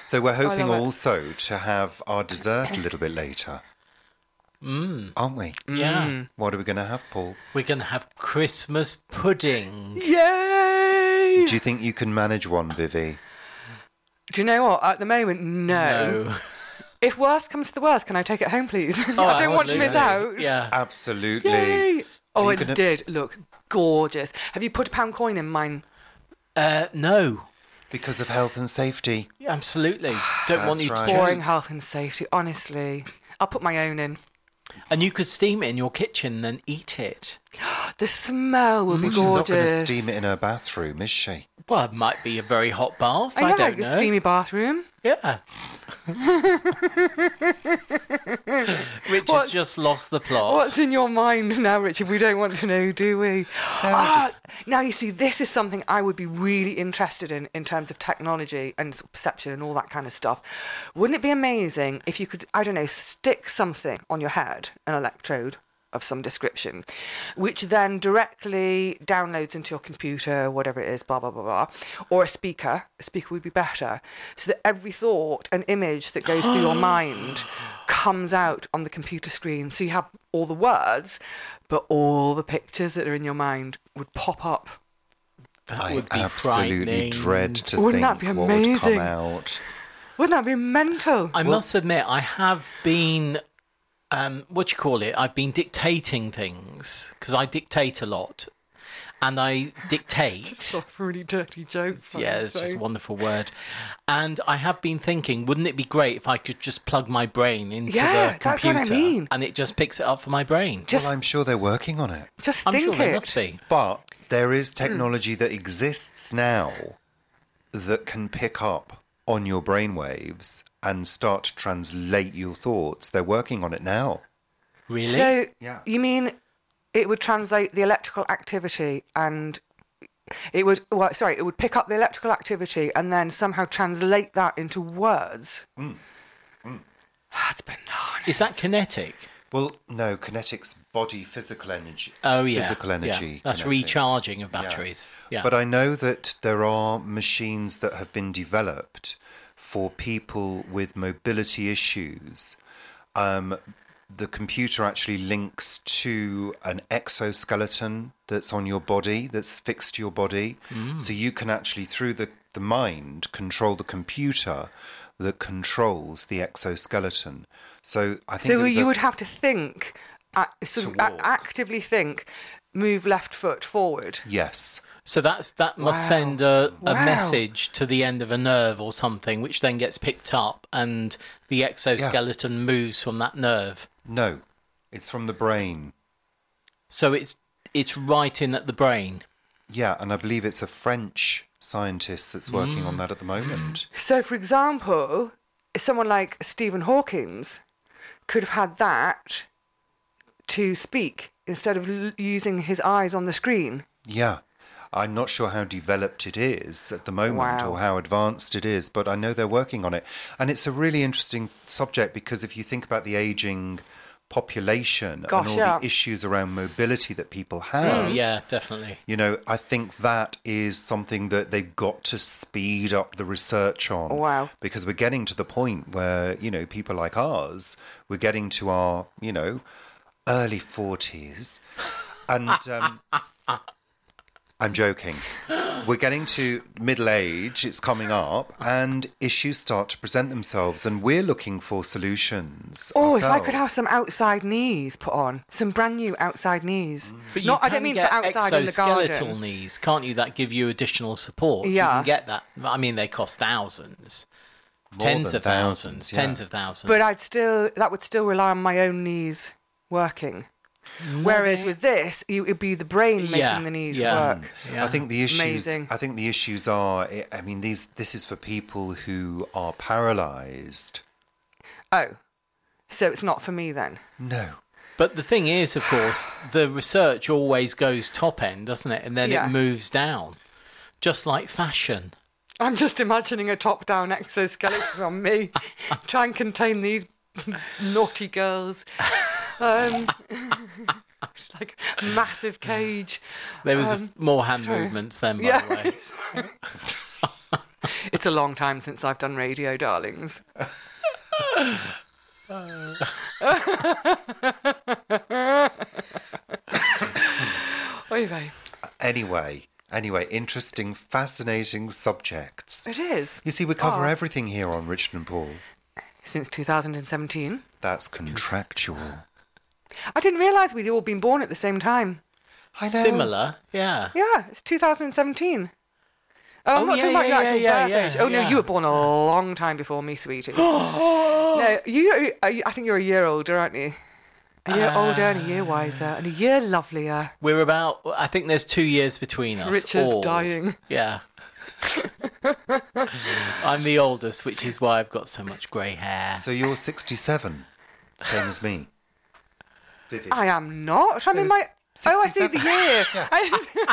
So, we're hoping
love it.
also to have our dessert a little bit later. Mm. Aren't we?
Yeah.
What are we going to have, Paul?
We're going to have Christmas pudding.
Yay!
Do you think you can manage one, Vivi?
Do you know what? At the moment, no.
No.
If worst comes to the worst, can I take it home, please? I don't want to miss
absolutely.
out.
Yeah.
Absolutely.
Yay! Oh,
you
it
gonna-
did look gorgeous. Have you put a pound coin in mine?
Uh, no.
Because of health and safety.
Yeah, absolutely. Don't want
That's
you to
right.
change.
Boring health and safety, honestly. I'll put my own in.
And you could steam it in your kitchen and then eat it.
The smell will
Mm,
be
She's not
gorgeous.
going to steam it in her bathroom, is she?
Well, it might be a very hot bath.
Oh, yeah,
I don't
a
know.
steamy bathroom.
Yeah. Richard's
What's-
just lost the plot.
What's in your mind now, Richard? We don't want to know, do we? Ah, now you see, this is something I would be really interested in in terms of technology and sort of perception and all that kind of stuff. Wouldn't it be amazing if you could, I don't know, stick something on your head, an electrode of some description, which then directly downloads into your computer, whatever it is, blah blah blah blah, or a speaker. A speaker would be better, so that every thought and image that goes through your mind comes out on the computer screen. So you have all the words, but all the pictures that are in your mind would pop up.
That
I
would be
absolutely
frightening.
dread to
Wouldn't that
think
be
what would come
amazing?
out.
Wouldn't that be mental?
I must admit, I have been, um, what do you call it? I've been dictating things because I dictate a lot, and I dictate.
Sort of really dirty jokes. I'm
Yeah, it's just
sorry.
a wonderful word. And I have been thinking, wouldn't it be great if I could just plug my brain into
Yeah,
the
that's
computer
what I mean.
and it just picks it up for my brain?
Just,
Well, I'm sure they're working on it.
just
I'm
think
sure
it.
there must be.
But there is technology that exists now that can pick up on your brainwaves and start to translate your thoughts. They're working on it now.
Really?
So
Yeah.
you mean it would translate the electrical activity and it would well sorry, it would pick up the electrical activity and then somehow translate that into words.
Mm.
That's bananas.
Is that kinetic?
Well, no, kinetics, body, physical energy.
Oh, yeah.
Physical
yeah.
energy.
That's
kinetics.
recharging of batteries. Yeah.
But I know that there are machines that have been developed for people with mobility issues. Um, the computer actually links to an exoskeleton that's on your body, that's fixed to your body.
Mm.
So you can actually, through the, the mind, control the computer that controls the exoskeleton. So I think
So
there was
you
a-
would have to think a- sort of
To
a-
walk.
actively think move left foot forward.
yes.
So that's that must
Wow.
send a, a
Wow.
message to the end of a nerve or something, which then gets picked up, and the exoskeleton moves from that nerve.
No, it's from the brain.
So it's it's right in at the brain.
Yeah, and I believe it's a French scientist that's working
Mm.
on that at the moment.
So for example, someone like Stephen Hawkins could have had that to speak instead of l- using his eyes on the screen.
Yeah. I'm not sure how developed it is at the moment
Wow.
or how advanced it is, but I know they're working on it. And it's a really interesting subject because if you think about the aging population
Gosh,
and all
yeah. Mm,
the issues around mobility that people
Hmm.
have,
Yeah, definitely.
you know, I think that is something that they've got to speed up the research on.
Wow.
Because we're getting to the point where, you know, people like ours, we're getting to our, you know, early 40s. And um, I'm joking. We're getting to middle age, it's coming up, and issues start to present themselves, and we're looking for solutions.
Oh, if I could have
ourselves.
some outside knees put on, some brand new outside knees.
But you
Not, I
can
don't mean for
get
outside in the
exoskeletal
garden.
knees, can't you? That give you additional support. You
Yeah.
can get that. I mean, they cost thousands,
More
tens
than
of thousands,
yeah.
tens of thousands.
But I'd still, that would still rely on my own knees working. Whereas with this, it would be the brain making
Yeah,
the knees
yeah.
work.
I think the issues.
Amazing.
I think the issues are. eh, I- I mean, these. This is for people who are paralysed.
Oh, so it's not for me then.
No.
But the thing is, of course, the research always goes top end, doesn't it? And then
Yeah.
it moves down, just like fashion.
I'm just imagining a top down exoskeleton on me. Try and contain these naughty girls. Um, it's like a massive cage.
There was a f- more hand
Um, sorry.
movements then, by the way.
Yeah. it's a long time since I've done radio, darlings. Oy vey.
Anyway. Anyway. Interesting, fascinating subjects.
It is.
You see, we cover everything here on Richard and Paul.
Since 2017.
That's contractual.
I didn't realise we'd all been born at the same time.
I know.
Similar, yeah.
Yeah, it's 2017. Oh, I'm
Oh,
not
yeah,
talking about
yeah,
your actual
yeah,
birth
yeah,
age. Oh no,
yeah.
you were born a long time before me, sweetie. no, you. are- I think you're a year older, aren't you? A year older and a year wiser and a year lovelier.
We're about, I think there's two years between us.
Richard's
all.
dying.
Yeah. I'm the oldest, which is why I've got so much grey hair.
So you're 67, same as me. Vivid.
I am not. I'm in my. Oh, I see the
67.
year. I-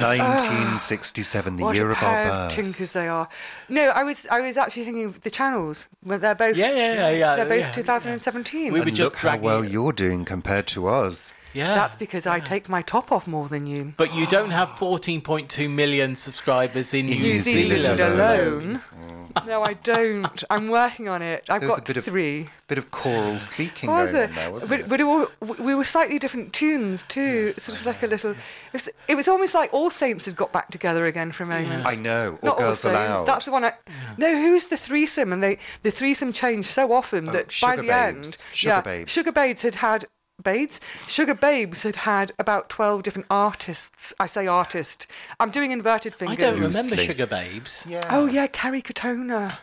1967, the
what
year
a
of
pair
our
of
birth.
tinkers they are. No, I was I was actually thinking of the channels. Well, they're both.
Yeah, yeah, yeah, yeah,
They're both
yeah,
2017.
We were
And
just
look how
dragging
well
it.
you're doing compared to us.
Yeah.
That's because I take my top off more than you.
but you don't have 14.2 million subscribers in
In
New,
New
Zealand.
Zealand alone.
alone. No, I don't. I'm working on it. I've
There was a
got
bit of
three.
Bit of choral speaking
What was
going
it?
on there, wasn't
but
it?
but it all, we were slightly different tunes too.
Yes,
sort
I
of like a little. It was, it was almost like All Saints had got back together again for a moment.
I know. Or
Not All
Girls
Saints.
Aloud.
That's the one. I, No, who's the threesome? And they the threesome changed so often that
Oh, Sugar
by the
Babes.
end,
Sugar
yeah,
Babes.
Sugar Babes had had. Babes, Sugar Babes had had about twelve different artists. I say artist. I'm doing inverted
I
fingers.
don't remember
Loosely.
Sugar Babes.
Yeah.
Oh yeah, Carrie Katona.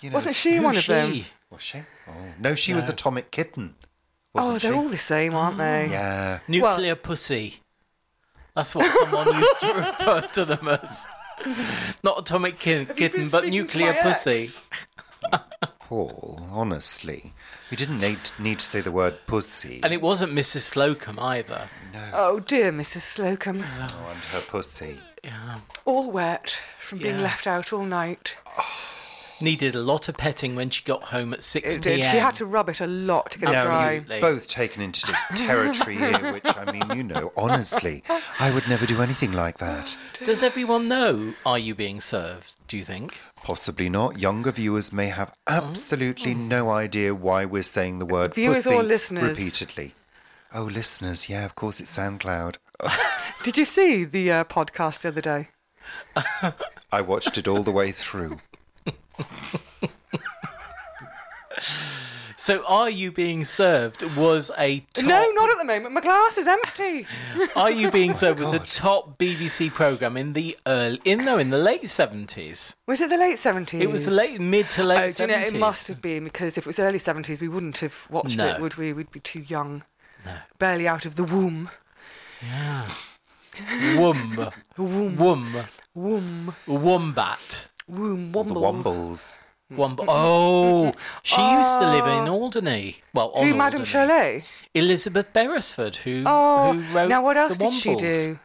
You know,
Wasn't
it's-
she
Who's
one of them?
she?
Was she? Oh. No, she was Atomic Kitten. Wasn't
Oh, they're
she?
all the same, aren't they?
Yeah.
Nuclear pussy. That's what someone used to refer to them as. Not atomic ki- kitten, but nuclear pussy.
Paul, honestly. We didn't need, need to say the word pussy.
And it wasn't Mrs. Slocum either.
Oh dear, Mrs. Slocum.
Uh,
Oh, and her pussy.
All wet from being
Yeah.
left out all night.
Needed a lot of petting when she got home at 6
It did.
p.m.
She had to rub it a lot to get it
Now,
dry.
you've
Absolutely.
both taken into different territory here, which, I mean, you know, honestly, I would never do anything like that.
Does everyone know are you being served, do you think?
Possibly not. Younger viewers may have absolutely no idea why we're saying the word
Mm. Viewers
pussy
or listeners?
repeatedly. Oh, listeners, yeah, of course it's SoundCloud.
Did you see the uh, podcast the other day?
I watched it all the way through.
So are you being served was a top
No, not at the moment. My glass is empty.
Are you being served was a
God.
top BBC program in the early in no in the late 70s.
Was it the late seventies?
It was late mid to
Oh,
late
do
70s.
you know, it must have been because if it was early seventies, we wouldn't have watched
No.
it, would we? We'd be too young, barely out of the womb.
Womb. Womb.
Womb,
Wombat.
womb,
The
womble.
Wombles.
Mm-hmm.
Womb. Oh, she used to live in Alderney. Well, on
Ah. Who, Madame
Alderney.
Cholet?
Elizabeth Beresford, who,
Oh,
who wrote
now what
the
else did she
Wombles.
do?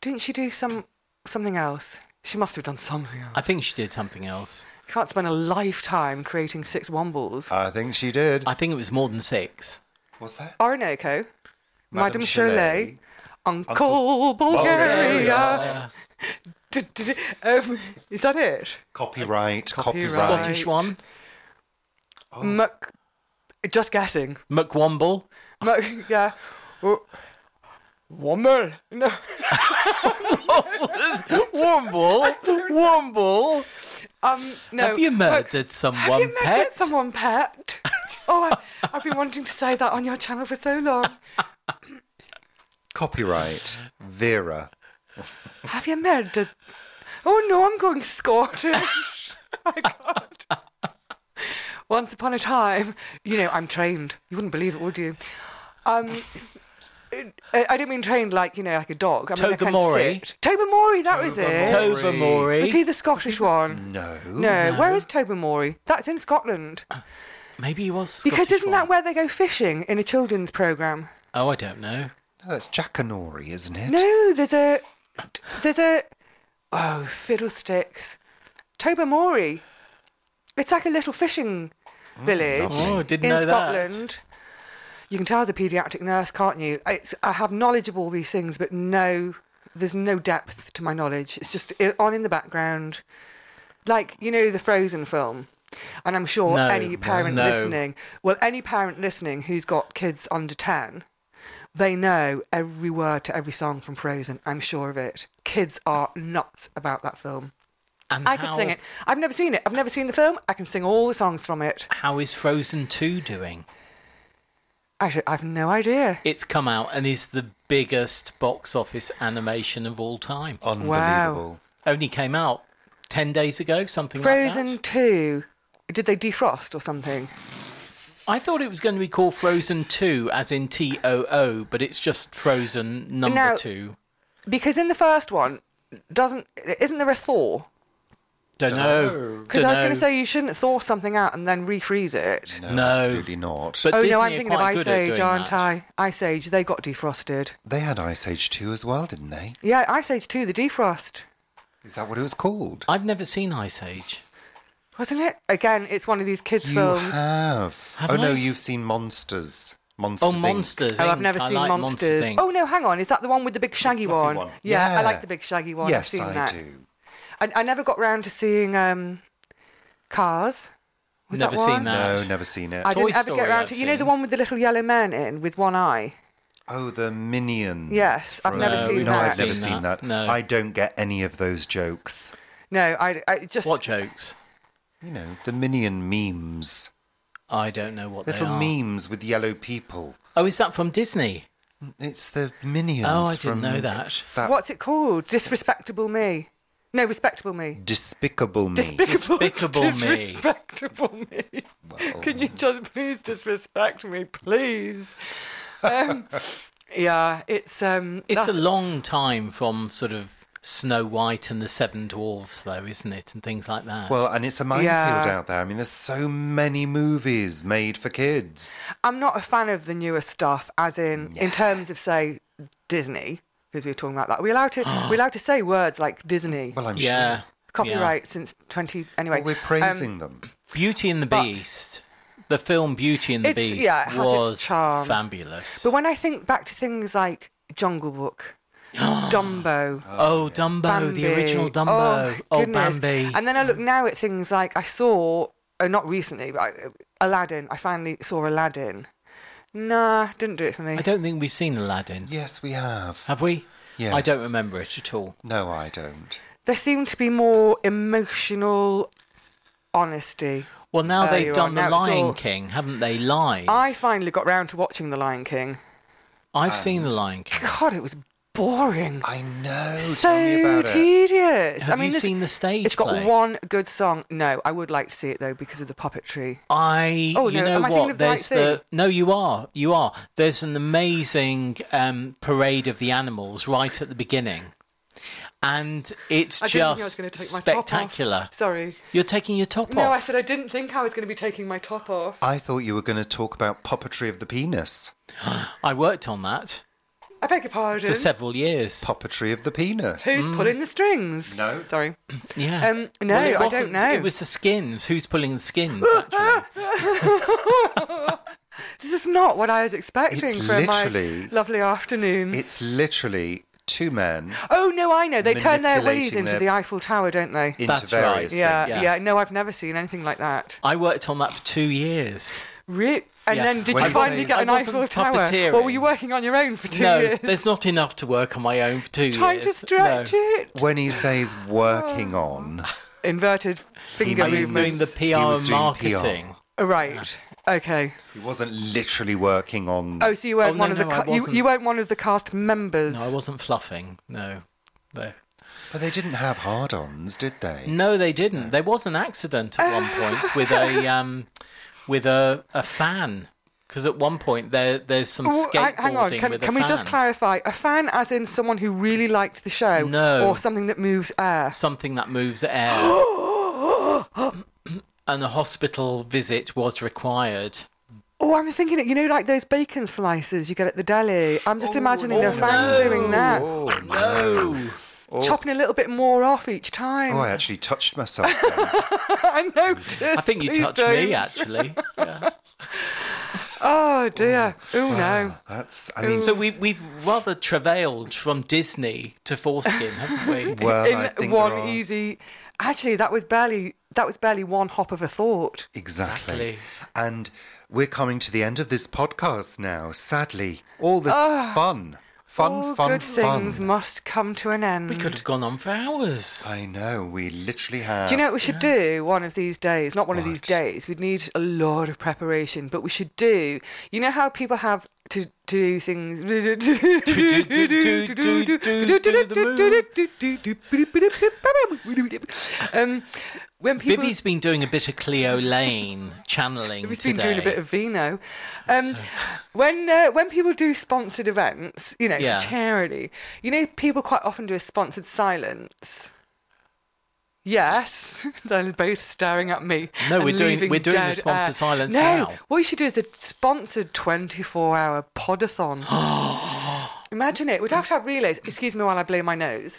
Didn't she do some something else? She must have done something else.
I think she did something else.
Can't spend a lifetime creating six wombles.
Uh,
I think she did.
I think it was more than six.
What's that?
Orinoco, Madame Cholet,
Cholet.
Uncle,
Uncle
Bulgaria.
Uh,
Du-du-du. Um, is that it?
Copyright, copyright.
Copyright.
Scottish one. Oh.
Muck. Just guessing.
McWomble.
Muck. Yeah. W- Womble. No.
Womble. Womble.
Um. No.
Have you
Muck-
murdered someone,
Have you murdered
pet?
someone, pet? oh, I, I've been wanting to say that on your channel for so long.
Copyright. Vera.
Have you murdered? s- Oh no, I'm going Scottish. I can't. Once upon a time, you know, I'm trained. You wouldn't believe it, would you? Um, uh, I, I don't mean trained like you know, like a dog. I mean, like
Tobermory.
Tobermory, that was it.
Tobermory.
Tobermory.
Was he the Scottish one?
No.
No, where is Tobermory? That's in Scotland.
Maybe he was Scottish
Because isn't that
one.
where they go fishing in a children's programme?
Oh, I don't know.
That's Jackanory, isn't it?
No, there's a there's a oh fiddlesticks, Tobermory. It's like a little fishing village
Oh, didn't
in
know
Scotland. You can tell as a paediatric nurse, can't you? It's, I have knowledge of all these things, but no, there's no depth to my knowledge. It's just i- on in the background, like you know the Frozen film. And I'm sure
No,
any parent
no.
listening, well, any parent listening who's got kids under ten, they know every word to every song from Frozen. I'm sure of it. Kids are nuts about that film.
that. And
I could sing
how-
it. I've never seen it. I've never seen the film. I can sing all the songs from it.
How is Frozen 2 doing?
I should, I've no idea.
It's come out and is the biggest box office animation of all time.
Oh. Unbelievable.
Only came out 10 days ago, something
Frozen
like that.
2. Did they defrost or something?
I thought it was going to be called Frozen 2, as in T O O, but it's just Frozen number
Now-
2.
Because in the first one, doesn't isn't there a thaw?
Don't know.
Because I was going
Dunno.
to say you shouldn't thaw something out and then refreeze it.
No,
No.
absolutely not.
But
oh
Disney
no, I'm
are
thinking of
quite
Ice
good at
Age,
doing
aren't
that.
I? Ice Age, they got defrosted.
they had Ice Age 2 as well, didn't they?
Yeah, Ice Age 2, the defrost,
Is that what it was called?
I've never seen Ice Age.
wasn't it? Again, it's one of these kids'
you
films.
have.
Have
oh
I?
no, you've seen Monsters. Monsters.
Oh,
Inc.
Monsters. eh?
Oh,
Inc.
I've never
I
seen
like Monster
Monsters.
Inc.
oh no, hang on, is that the one with the big shaggy
fluffy
one?
one.
Yeah, I
Yeah.
like the big shaggy one. I've
Yes,
seen
I
that.
do.
And I never got round to seeing um, Cars. Was
Never
that
seen
one?
that.
No,
Ouch.
never seen it.
I
Toy
didn't ever
Story
get round
I've
to. You know the
seen.
one with the little yellow man in with one eye.
Oh, the Minions.
Yes, I've never
from-
seen
no, Uh, I've
that.
never
Seen
seen
that,
that.
no.
I don't get any of those jokes.
No, I, I just
What jokes?
You know, the Minion memes.
I don't know what
Little
they are.
memes with yellow people.
Oh, is that from Disney?
It's the Minions
Oh, I didn't
from
know that.
that
What's it called? Disrespectable me. No, respectable me.
Despicable Me.
Despicable,
Despicable me.
disrespectable me. Can you just please disrespect me, please? Um, yeah, it's um,
It's
that's-
a long time from sort of Snow White and the Seven Dwarfs, though, isn't it? And things like that.
well, and it's a minefield
Yeah.
out there. I mean, there's so many movies made for kids.
I'm not a fan of the newer stuff, as in in terms of say Disney, because we were talking about that. Are we allowed to we are allowed to say words like Disney
Well, I'm
yeah.
copyright since 20 anyway.
sure we're
um,
praising them.
Beauty and the Beast. The film Beauty and the
It's-
Beast
yeah, it has its
was
charm.
fabulous.
But Um, when I think back to things like Jungle Book, Dumbo,
oh, Dumbo, the original
Bambi. Oh,
Dumbo.
my
Oh,
goodness.
Bambi.
And then I look now at things like I saw, uh, not recently, but I, Aladdin. I finally saw Aladdin. Nah, didn't do it for me.
I don't think we've seen Aladdin.
Yes, we have.
Have we? I
Yes.
don't remember it at all.
No, I don't.
There seemed to be more emotional honesty.
Well, now
There you
they've
are.
done The
Now it's
Lion
all-
King, haven't they? Live.
I finally got round to watching The Lion King.
I've seen The Lion King.
God, it was boring.
I know.
so
Tell me about it.
tedious.
Have
I mean,
you
there's-
seen the stage
it's got
play?
one good song. No, I would like to see it though because of the puppetry.
I
Oh,
you
no,
know
am I thinking
what?
of the right
There's the no, you are, you are. There's an amazing um, parade of the animals right at the beginning, and it's
I didn't think I was
just
going to take my
spectacular.
top off. Sorry.
You're taking your top
No, I
off.
said I didn't think I was going to be taking my top off.
I thought you were going to talk about puppetry of the penis.
I, worked on that
I beg your pardon.
for several years.
Puppetry of the penis.
Who's pulling the strings?
No.
Sorry.
yeah.
Um, no,
mm. Well, it
I
wasn't-
don't know.
It was the skins. Who's pulling the skins? Actually,
This is not what I was expecting
It's
for my
literally-
lovely afternoon.
It's literally two men
oh, no, I know. They turn their ways
manipulating
into
their-
the Eiffel Tower, don't they?
into
That's
various
right.
yeah,
yeah.
yeah. No, I've never seen anything like that.
I worked on that for two years.
Re- and
Yeah.
then did
When
you
I
finally
wasn't-
get
I
an
wasn't
Eiffel Tower? Or were you
puppeteering.
working on your own for two
no,
years?
there's not enough to work on my own for two
Trying
years.
to stretch
No.
it.
When he says working
Oh.
on,
Inverted finger
I
He was
mean,
doing
movements.
the PR and
doing PR.
marketing.
Right. Okay.
he wasn't literally working on.
Oh, so you weren't
Oh,
one
no,
of
no,
the
I
ca- you,
wasn't.
you weren't one of the cast members.
No, I wasn't fluffing. No. No,
But they didn't have hard-ons, did they?
no they didn't. There was an accident at one point with a um, with a, a fan because at one point there there's some
Oh,
skateboarding
hang- hang on. Can,
with a
can we just
fan.
clarify? A fan, as in someone who really liked the show,
No.
or something that moves air.
Something that moves air. and a hospital visit was required.
Oh, I'm thinking it. You know, like those bacon slices you get at the deli. I'm just imagining the
oh,
fan
no.
doing that,
Oh,
No.
chopping a little bit more off each time.
Oh, I actually touched myself. then.
I noticed.
I think you
Please
touched
don't.
me actually. Yeah.
Oh dear. Oh no.
Ah, That's. I mean,
So we we've rather travailed from Disney to foreskin, haven't we?
well, I
In
think
one
there are-
easy. Actually, that was barely that was barely one hop of a thought.
Exactly.
Exactly.
And we're coming to the end of this podcast now. Sadly, all this fun, fun,
Ah. All
fun,
good
fun.
things must come to an end.
we could have gone on for hours.
I know. We literally have.
Do you know what we should do one of these days? Not one of these
What?
days. We'd need a lot of preparation, but we should do. You know how people have to do things.
do the
Um, When people
Vivi's been doing a bit of Cleo Lane channeling
He's
today.
been doing a bit of vino. Um, when uh, when people do sponsored events, you know,
Yeah.
for charity, you know, people quite often do a sponsored silence. Yes, they're both staring at me.
No,
and
we're doing-
leaving
we're doing the
dead
sponsored
air.
silence
no,
now.
what you should do is a sponsored twenty-four hour podathon. Imagine it. We'd have to have relays. Excuse me while I blow my nose.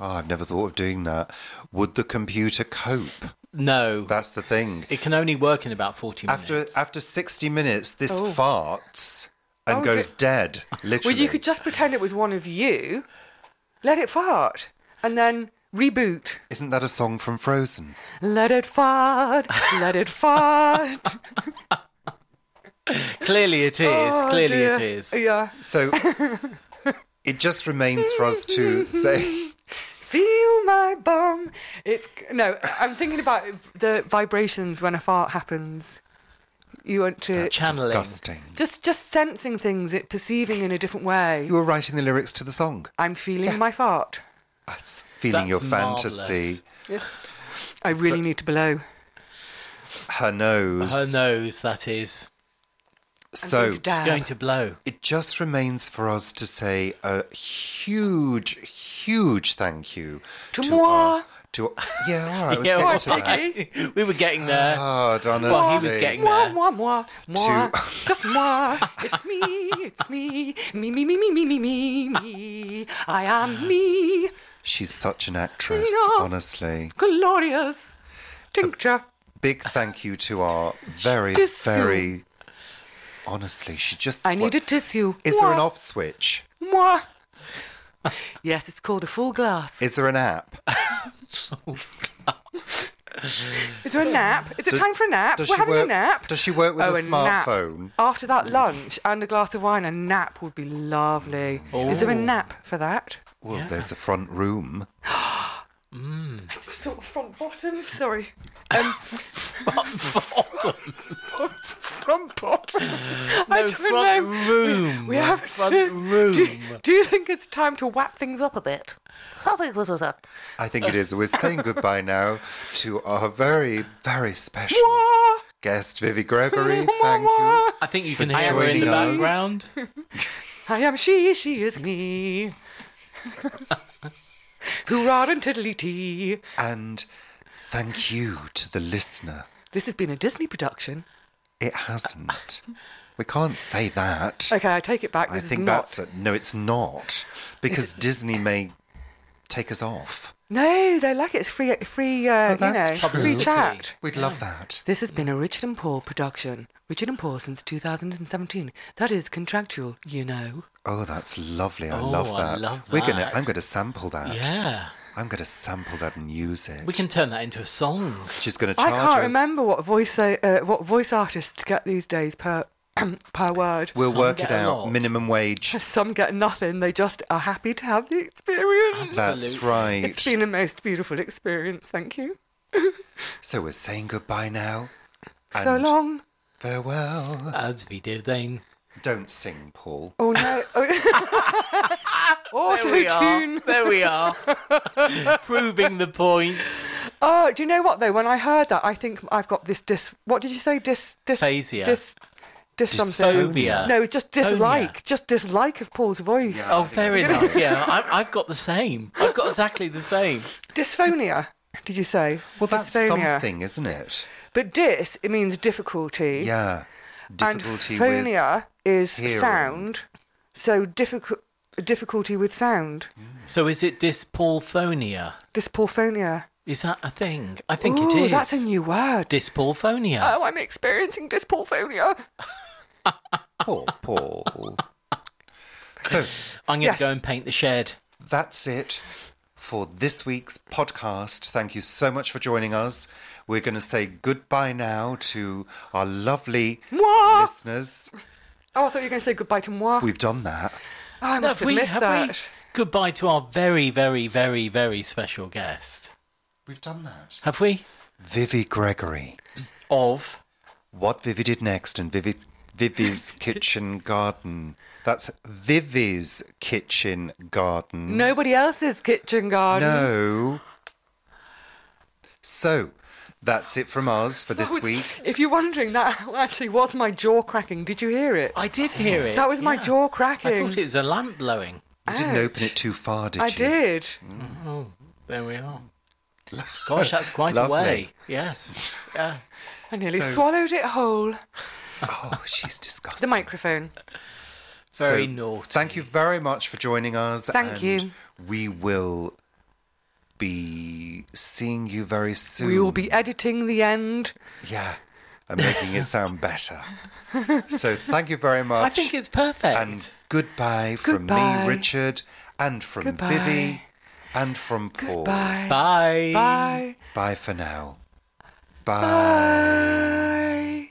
Oh, I've never thought of doing that. Would the computer cope?
No,
That's the thing.
it can only work in about forty minutes.
After after 60 minutes, this
Oh.
farts and
Oh,
goes
dear.
dead, literally.
Well, you could just pretend it was one of you. Let it fart, and then reboot.
Isn't that a song from Frozen?
Let it fart, let it fart.
clearly it is.
Oh,
clearly it
dear.
is.
Yeah.
So it just remains for us to say
Feel my bum. It's no. I'm thinking about the vibrations when a fart happens. You want to
That's
Channeling.
disgusting.
just just sensing things, it perceiving in a different way.
You were writing the lyrics to the song.
I'm feeling my fart.
That's feeling
That's
your fantasy.
I really need to blow.
Her nose.
Her nose, that is,
So
to dab.
going to blow.
it just remains for us to say a huge, huge thank you
To
our-
moi.
to yeah, all right, let's
Yeah,
get
well,
to that. Ah.
okay. we were getting there.
God, honestly.
Well, he was getting
Moi,
there.
moi, moi, moi,
To-
just moi. It's me, it's me, me, me, me, me, me, me, me, me. I am me,
She's such an actress,
No.
honestly.
glorious
Uh,
tincture.
Big thank you to our very,
Just so-
very. Honestly, she just.
I
what-
need a tissue.
Is there an
Moi,
off switch?
moi. Yes, it's called a full glass.
Is there an app?
Is there a nap? Is it time for a nap?
Does
We're
she
having
work?
a nap.
Does she work with
Oh,
a
a nap.
smartphone?
After that lunch and a glass of wine, a nap would be lovely. Is
Oh.
there a nap for that?
Well, there's a front room.
Sort of front bottom, sorry.
Bottom.
Front bottom. I
No,
don't
front
know.
room.
We have
front
to.
room.
Do, do you think it's time to wrap things up a bit?
I think it is. We're saying goodbye now to our very, very special
Wah,
guest, Vivi Gregory.
wah,
Thank you.
wah.
I think you can
For
hear her in the
joining us.
background.
I am she, she is me. Hoorah and tiddly tee.
And thank you to the listener.
This has been a Disney production.
It hasn't. We can't say that.
Okay, I take it back.
I
This
think
is not.
that's a, no, it's not because Disney may take us off.
No, they like it. It's free, free, uh, you
that's
know, free
true.
chat.
We'd love that.
This has been a Richard and Paul production. Richard and Paul since 2017. That is contractual, you know.
Oh, that's lovely. I
Oh,
love
I
that.
love
We're gonna.
that.
I'm gonna sample that.
Yeah,
I'm gonna sample that and use it.
we can turn that into a song.
She's gonna
I
charge
can't
us.
remember what voice uh, what voice artists get these days per per word.
We'll
Some
work
get
it
a
out.
lot.
Minimum wage.
Some get nothing. They just are happy to have the experience.
That's
Absolutely.
right.
It's been a most beautiful experience. Thank you.
So we're saying goodbye now.
So
and
long.
Farewell.
As we did then.
Don't sing, Paul.
Oh no. Oh. Auto-tune.
There we are. Proving the point.
Oh, do you know what though? When I heard that, I think I've got this dis. What did you say? Dis. Dis.
Phasia.
Dis. Dis something.
Phobia.
No, just dislike.
Phonia.
Just dislike of Paul's voice.
Oh, fair enough. Yeah, I, I've got the same. I've got exactly the same.
Dysphonia. Did you say?
Well, that's
Dysphonia.
something, isn't it?
But dis it means difficulty.
Yeah.
and
Difficulty with.
phonia is
hearing.
sound. So difficult difficulty with sound.
Mm.
So is it dyspophonia?
Dyspophonia.
Is that a thing? I think it
Ooh,
is.
that's a new word.
dyspophonia.
oh, I'm experiencing dyspophonia.
Paul. Paul. so
I'm going to
yes.
go and paint the shed.
that's it for this week's podcast. Thank you so much for joining us. We're going to say goodbye now to our lovely
Moi.
listeners.
Oh, I thought you were going to say goodbye to moi.
We've done that.
oh, I must have,
we-
missed
have we-
that.
Goodbye to our very, very, very, very special guest.
We've done that.
Have we?
Vivi Gregory.
Of.
What Vivi did next and Vivi Vivi's kitchen garden. That's Vivi's kitchen garden.
Nobody else's kitchen garden.
No. So that's it from us for this
That was-
week.
If you're wondering, that actually was my jaw cracking. Did you hear it?
I did hear it.
that was my
yeah.
jaw
I
cracking.
thought it was a lamp blowing.
You didn't open it too far, did
I
you?
did.
Oh, there we are. Gosh, that's quite a
Lovely.
way. Yes. Yeah.
I nearly
So-
swallowed it whole.
Oh, she's
The
disgusting.
microphone.
Very naughty.
Thank you very much for joining us. and
Thank you.
We will be seeing you very soon.
We will be editing the end.
Yeah, and making it sound better. so thank you very much.
I think it's perfect.
and goodbye, from
Goodbye.
me, Richard, and from
Goodbye.
Vivi, and from Paul.
Bye.
Bye.
Bye.
Bye for now.
Bye.